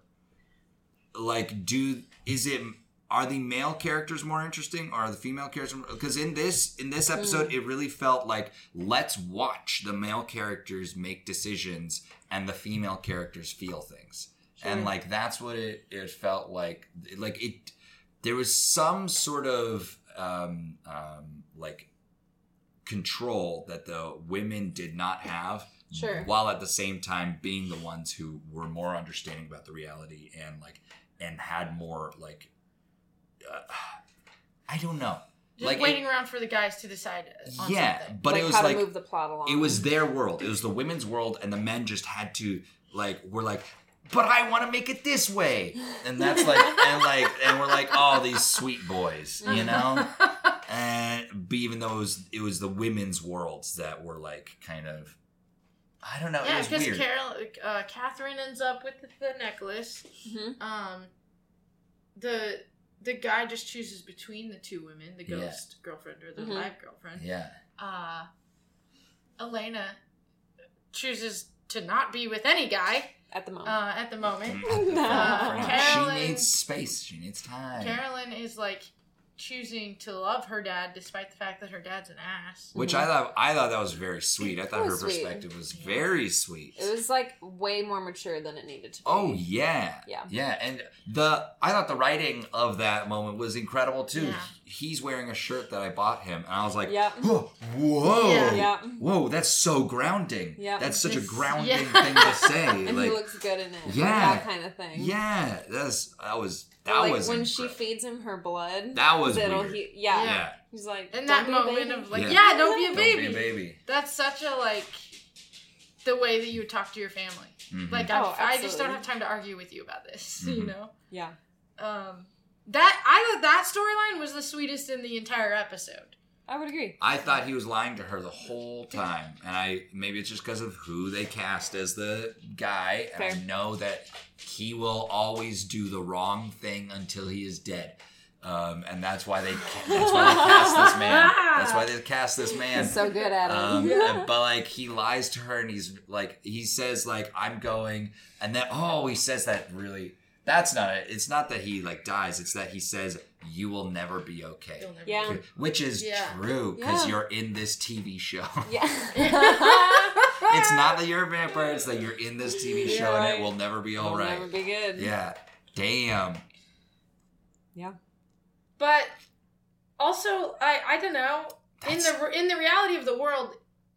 like do? Is it? Are the male characters more interesting? Or are the female characters? Because in this in Hmm. this episode, it really felt like let's watch the male characters make decisions and the female characters feel things, and like that's what it it felt like. Like it, there was some sort of um, um, like control that the women did not have Sure. while at the same time being the ones who were more understanding about the reality and like and had more like uh, i don't know Just like waiting it, around for the guys to decide on yeah something. but like, it was how like to move the plot along. it was their world it was the women's world and the men just had to like were like but i want to make it this way and that's like and like and we're like all these sweet boys you [LAUGHS] [LAUGHS] know and Eh, but even though it was, it was the women's worlds that were like kind of i don't know it Yeah, was because weird Carol, uh, Catherine ends up with the, the necklace. Mhm. Um, the the guy just chooses between the two women, the Yeah. ghost girlfriend or the Mhm. live girlfriend. yeah Uh, Elena chooses to not be with any guy at the moment. uh, at the moment. [LAUGHS] Uh, Carolyn- She needs space. She needs time. Carolyn is like choosing to love her dad despite the fact that her dad's an ass. Which I thought I thought that was very sweet. I thought It her was sweet. perspective was very sweet. it was like way more mature than it needed to be. Oh yeah. Yeah. Yeah. And the I thought the writing of that moment was incredible too. Yeah. he's wearing a shirt that I bought him, and I was like, Yep. "Whoa, whoa, Yeah. Yep. whoa, that's so grounding. Yep. That's such This- a grounding yeah. thing to say. [LAUGHS] And like, he looks good in it. like Yeah. that kind of thing. yeah, that's that was that like was when incre- she feeds him her blood. That was that'll weird. he- yeah. yeah, He's like In "Don't that be a moment baby." of like, Yeah. yeah, don't be a Don't be baby. a baby. That's such a like the way that you would talk to your family. Mhm. Like I'm- Oh, I just absolutely. don't have time to argue with you about this. [LAUGHS] You Mhm. know. Yeah. Um, that I thought that storyline was the sweetest in the entire episode. I would agree. I thought he was lying to her the whole time, and I maybe it's just because of who they cast as the guy, and I Fair. know that he will always do the wrong thing until he is dead, um, and that's why they ca- that's why they cast this man. That's why they cast this man. [LAUGHS] He's so good at it. [LAUGHS] Um, yeah. and- but like he lies to her and he's like he says like I'm going and then oh he says that really that's not it it's not that he like dies it's that he says you will never be okay You'll never- Yeah. which is Yeah. true because Yeah. you're in this TV show [LAUGHS] Yeah. it's not that you're a vampire it's that you're in this TV show Yeah, and right. it will never be all Will right Never be good. yeah damn But also, I I don't know. In the in the reality of the world,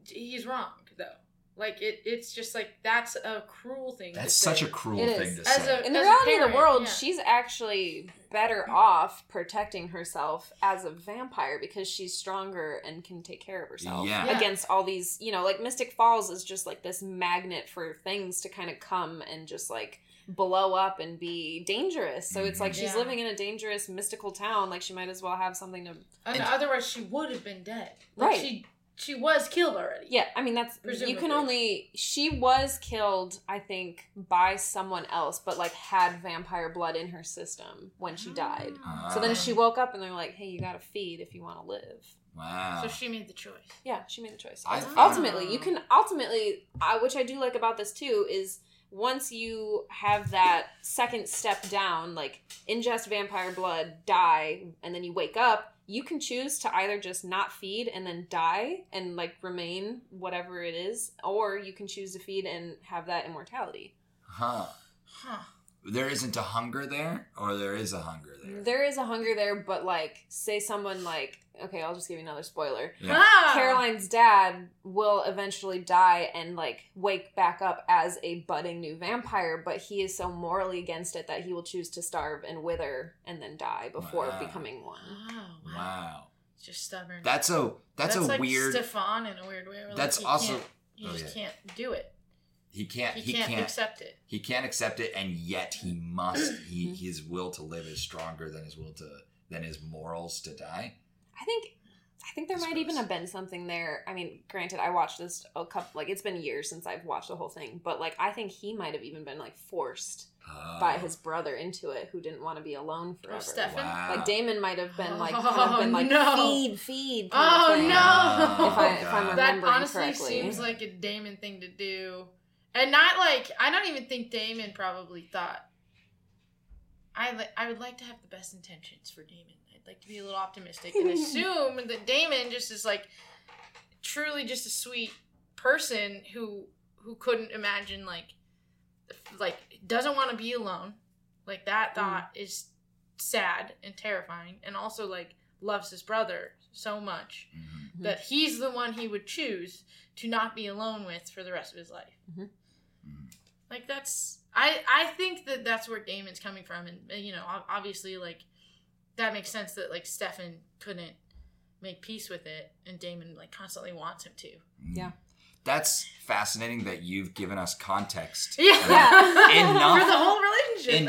he's wrong though. Like it, it's just like that's a cruel thing. to that's say. such a cruel It thing is. to As say a- In the As reality of parent, the world, yeah. she's actually better off protecting herself as a vampire because she's stronger and can take care of herself Yeah. Yeah. against all these, you know, like Mystic Falls is just like this magnet for things to kind of come and just like blow up and be dangerous. So it's like she's Yeah. living in a dangerous mystical town, like she might as well have something to And And- otherwise, she would have been dead. Like, Right. She she was killed already. Yeah, I mean that's you Presumably. can only she was killed, I think, by someone else, but like had vampire blood in her system when she died. So Ah. then she woke up and they're like, "Hey, you gotta feed if you want to live." wow So she made the choice. Yeah, she made the choice. I Ulti- think- ultimately, you can ultimately, I, which I do like about this too, is once you have that second step down, like ingest vampire blood, die, and then you wake up, you can choose to either just not feed and then die and like remain whatever it is, or you can choose to feed and have that immortality. huh Huh. there isn't a hunger there or there is a hunger there There is a hunger there, but like, say someone like, okay, I'll just give you another spoiler. Yeah. Ah! Caroline's dad will eventually die and like wake back up as a budding new vampire, but he is so morally against it that he will choose to starve and wither and then die before Wow. becoming one. Wow. wow. wow Just stubborn. that's a that's, a like weird Stefan in a weird way. where, like, That's you also- can't- you Oh, just yeah. can't do it. he can't You he can't, can't, accept it. he can't accept it and yet he [CLEARS THROAT] must he his will to live is stronger than his will to than his morals to die I think I think there That's might even gross. have been something there. I mean, granted, I watched this a couple like it's been years since I've watched the whole thing, but like I think he might have even been like forced Uh, by his brother into it, who didn't want to be alone Oh, forever. Stefan. wow. Like Damon might have been [LAUGHS] like kind of Oh, been like no. feed, feed. kind of Oh thing. no! Oh, If I- if I'm God. that remembering honestly correctly. seems like a Damon thing to do, and not like I don't even think Damon probably thought. I li- I would like to have the best intentions for Damon. I'd like to be a little [LAUGHS] optimistic and assume that Damon just is like truly just a sweet person who who couldn't imagine like f- like doesn't want to be alone. Like Mm. that thought is sad and terrifying, and also like loves his brother so much Mhm. that he's the one he would choose to not be alone with for the rest of his life. Mhm. Mhm. Like that's I I think that that's where Damon's coming from, and uh, you know ob- obviously like that makes sense that like Stefan couldn't make peace with it, and Damon like constantly wants him to. Yeah. that's fascinating that you've given us context [LAUGHS] Yeah, Enough. [LAUGHS] for the whole relationship.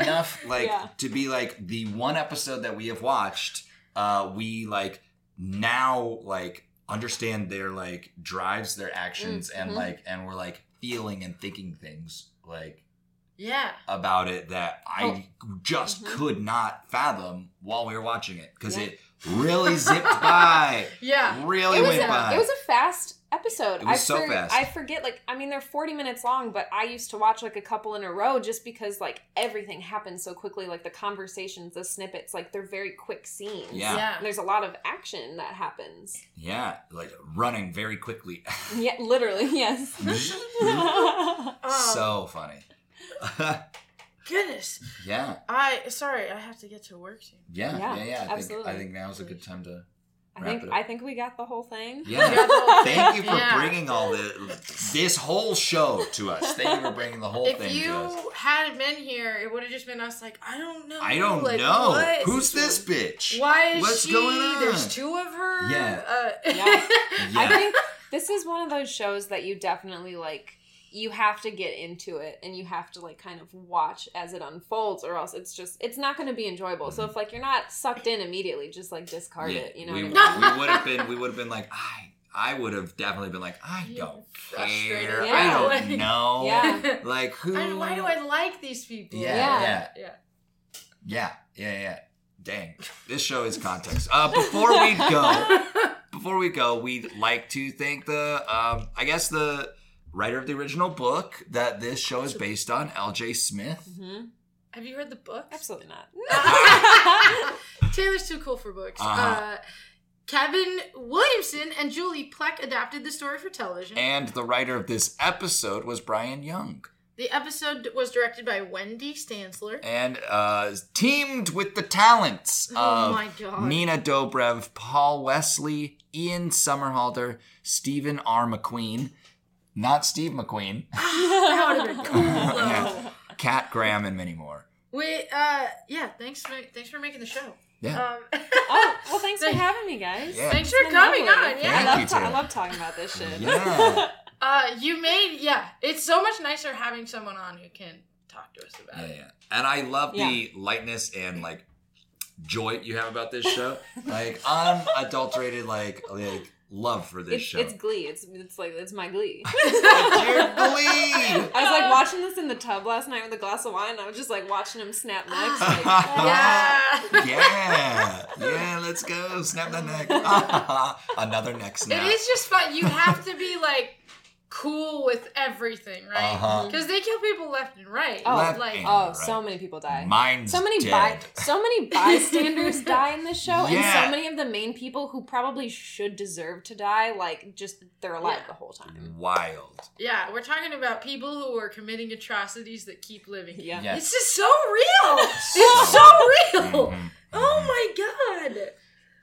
[LAUGHS] enough like Yeah. to be like the one episode that we have watched uh we like now like understand their like drives their actions and Mhm. like and we're like feeling and thinking things like Yeah, about it that I just Mhm. could not fathom while we were watching it because Yeah. it really zipped [LAUGHS] by, yeah. really it was went a, by. it was a fast episode. It was I so fast. I forget like I mean they're 40 minutes long, but I used to watch like a couple in a row just because like everything happens so quickly like the conversations, the snippets, like they're very quick scenes. Yeah. And there's a lot of action that happens. yeah, like running very [LAUGHS] quickly. Yeah, [LAUGHS] Mm-hmm. Oh. [LAUGHS] literally, yes. Um, so funny. goodness. [LAUGHS] Yeah, I sorry, I have to get to work soon. yeah, yeah, Yeah, yeah. I absolutely. think I think now's a good time to I wrap think it up. I think we got the whole thing. yeah. Thank you for Yeah. bringing all the this whole show to us. Thank you for bringing the whole If thing to us. you hadn't been here, it would have just been us. Like I don't know. I don't like, know what is who's this one? bitch. Why is What's she? going on? There's two of her. Yeah. [LAUGHS] Uh, Yeah. Yeah. I think this is one of those shows that you definitely like you have to get into it and you have to like kind of watch as it unfolds or else it's just it's not going to be enjoyable. So if like you're not sucked in immediately, just like discard Mm-hmm. Yeah, it, you know. we, what I mean? we would have been. [LAUGHS] We would have been like, I, I would have definitely been like, I You're don't frustrated. care. Yeah, I like- don't know. Yeah. Like who? [LAUGHS] I, why do I like these people? Yeah, Yeah. yeah, Yeah. yeah, yeah, yeah. Dang, this show is context. Uh, [LAUGHS] before we [LAUGHS] [LAUGHS] go, before we go, we'd like to thank the, um, I guess the writer of the original book that this show is based on, L.J. Smith. [LAUGHS] Mhm. Have you read the book? Absolutely not. [LAUGHS] [LAUGHS] Taylor's too cool for books. uh Uh-huh. Kevin Williamson and Julie Pleck adapted the story for television. And the writer of this episode was Brian Young. the episode was directed by [LAUGHS] Wendy Stansler. and uh, teamed with the talents Oh of my God. Nina Dobrev, Paul Wesley, Ian Somerhalder, Stephen R. McQueen, not Steve McQueen, [LAUGHS] that would have been cool. though. Yeah. Kat Graham, and many more. We, uh, yeah, thanks for, thanks for making the show. Yeah. Um, oh, well thanks for having me guys. Yeah. thanks It's for been coming lovely. on. Thank Yeah. I you, love, ta- I Taylor. love talking about this shit. Yeah. Uh, you made, yeah, it's so much nicer having someone on who can talk to us about Yeah, it. yeah. And I love the lightness and like joy you have about this [LAUGHS] show. like unadulterated like like love for this [LAUGHS] It's, show. it's glee. It's it's like it's my glee. Dear Glee! I was like watching this in the tub last night with a glass of wine. And I was just like watching him snap [LAUGHS] necks. Like, Yeah. yeah, yeah, let's go. Snap that neck. [LAUGHS] Another neck snap. [LAUGHS] It is just fun. You have to be like cool with everything, right? Uh-huh. Because they kill people left and right. Oh, Left like and- oh, Right. so many people die. Mine's so many by, dead. so [LAUGHS] many bystanders die in this show, and Yeah. so many of the main people who probably should deserve to die, like just they're alive Yeah. the whole Mm, time. Wild. yeah, we're talking about people who are committing atrocities that keep living. Yeah. [LAUGHS] Yeah. It's just so [LAUGHS] real. it's so real. Mhm. Oh my god.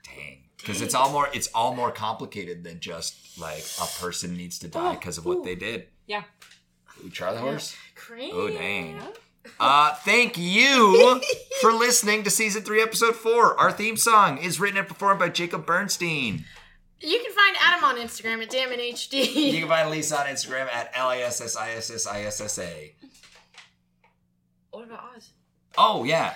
Dang. Because it's all more it's all more complicated than just like a person needs to Oh, die because of what they did. Yeah. We try the horse. Crazy. Oh dang. Uh, thank [LAUGHS] you for listening to season three, episode four. Our theme song is written and performed by Jacob Bernstein. You can find Adam on Instagram at damninhd. You can find Lisa on Instagram at L I S S I S S I S S A. [LAUGHS] what about Oz? Oh [LAUGHS] yeah.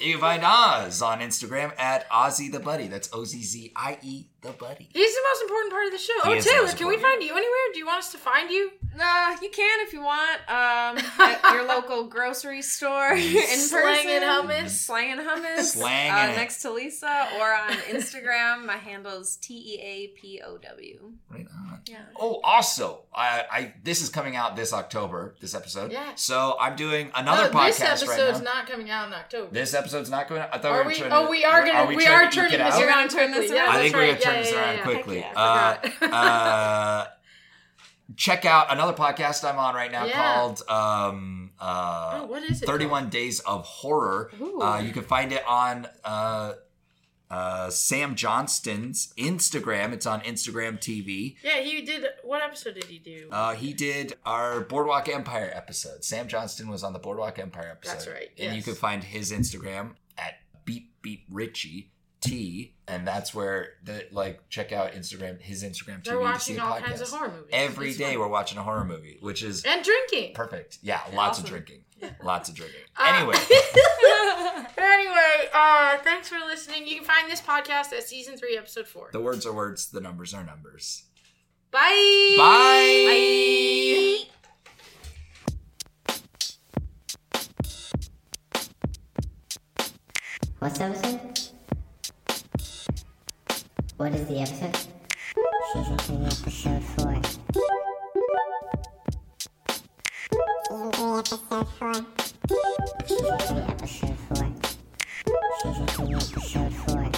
you can find Oz on Instagram at Ozzy the Buddy. That's O Z Z I E the Buddy. He's the most important part of the show. He oh, is the Taylor, most can we important. find you anywhere? Do you want us to find you? Uh, you can if you want. Um, at your local grocery store [LAUGHS] in person. Slangin' hummus. slangin' hummus, Slangin' uh, Mm. it. next to Lisa, or on Instagram. My handle is T E A P O W. [LAUGHS] Right on. Yeah. Oh, also, I, I this is coming out this October. This episode. Yeah. So I'm doing another no, podcast Uh, this right now. episode's not coming out in October. this episode's not going. I thought Are we were we- trying oh, to- we are gonna- we trying are to turning eke it this out? You're gonna around. turn this quickly, yeah. around. I That's think right. we're gonna turn Yeah, this yeah, around yeah, yeah. [LAUGHS] quickly. Heck yeah. I Uh, uh, [LAUGHS] check out another podcast I'm on right now Yeah. called um, uh, [LAUGHS] Oh, what is it? 31 Days of Horror. Ooh. Uh, you can find it on uh, uh, Sam Johnston's Instagram. It's on Instagram TV. Yeah, he did. What episode did he do? Uh, he did our Boardwalk Empire episode. Sam Johnston was on the Boardwalk Empire episode. That's right, And you yes. can find his Instagram at beep beep Richie T, and that's where the like check out Instagram his Instagram TV They're to see watching a all podcast. kinds of horror movies Every It's day fun. we're watching a horror movie, which is and drinking. perfect. Yeah, lots of Awesome. drinking, lots of drinking. Uh, [LAUGHS] anyway. anyway, uh, thanks for listening. You can find this podcast at season three, episode four. The words are words, the numbers are numbers. Bye. Bye. What's the episode? What is the episode? Season 3, episode 4. Season 3, episode 4. Season 3, episode 4. Season 3, episode 4.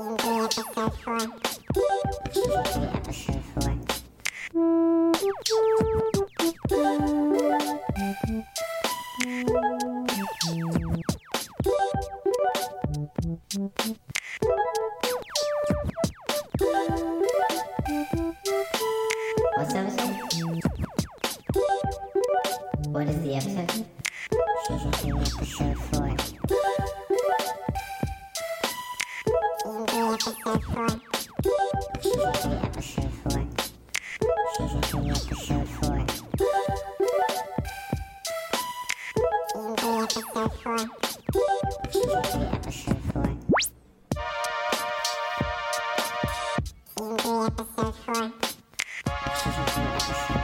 Season 3, episode 4. Season 3, episode 4. What's the episode? What is the episode? Season 2, episode 4. Season 2, episode 4. Season 2, episode 4. Season 2, episode 4. Season 2, episode 4. Season 2, episode 4. Season 2, episode 4. Season 2, episode 4.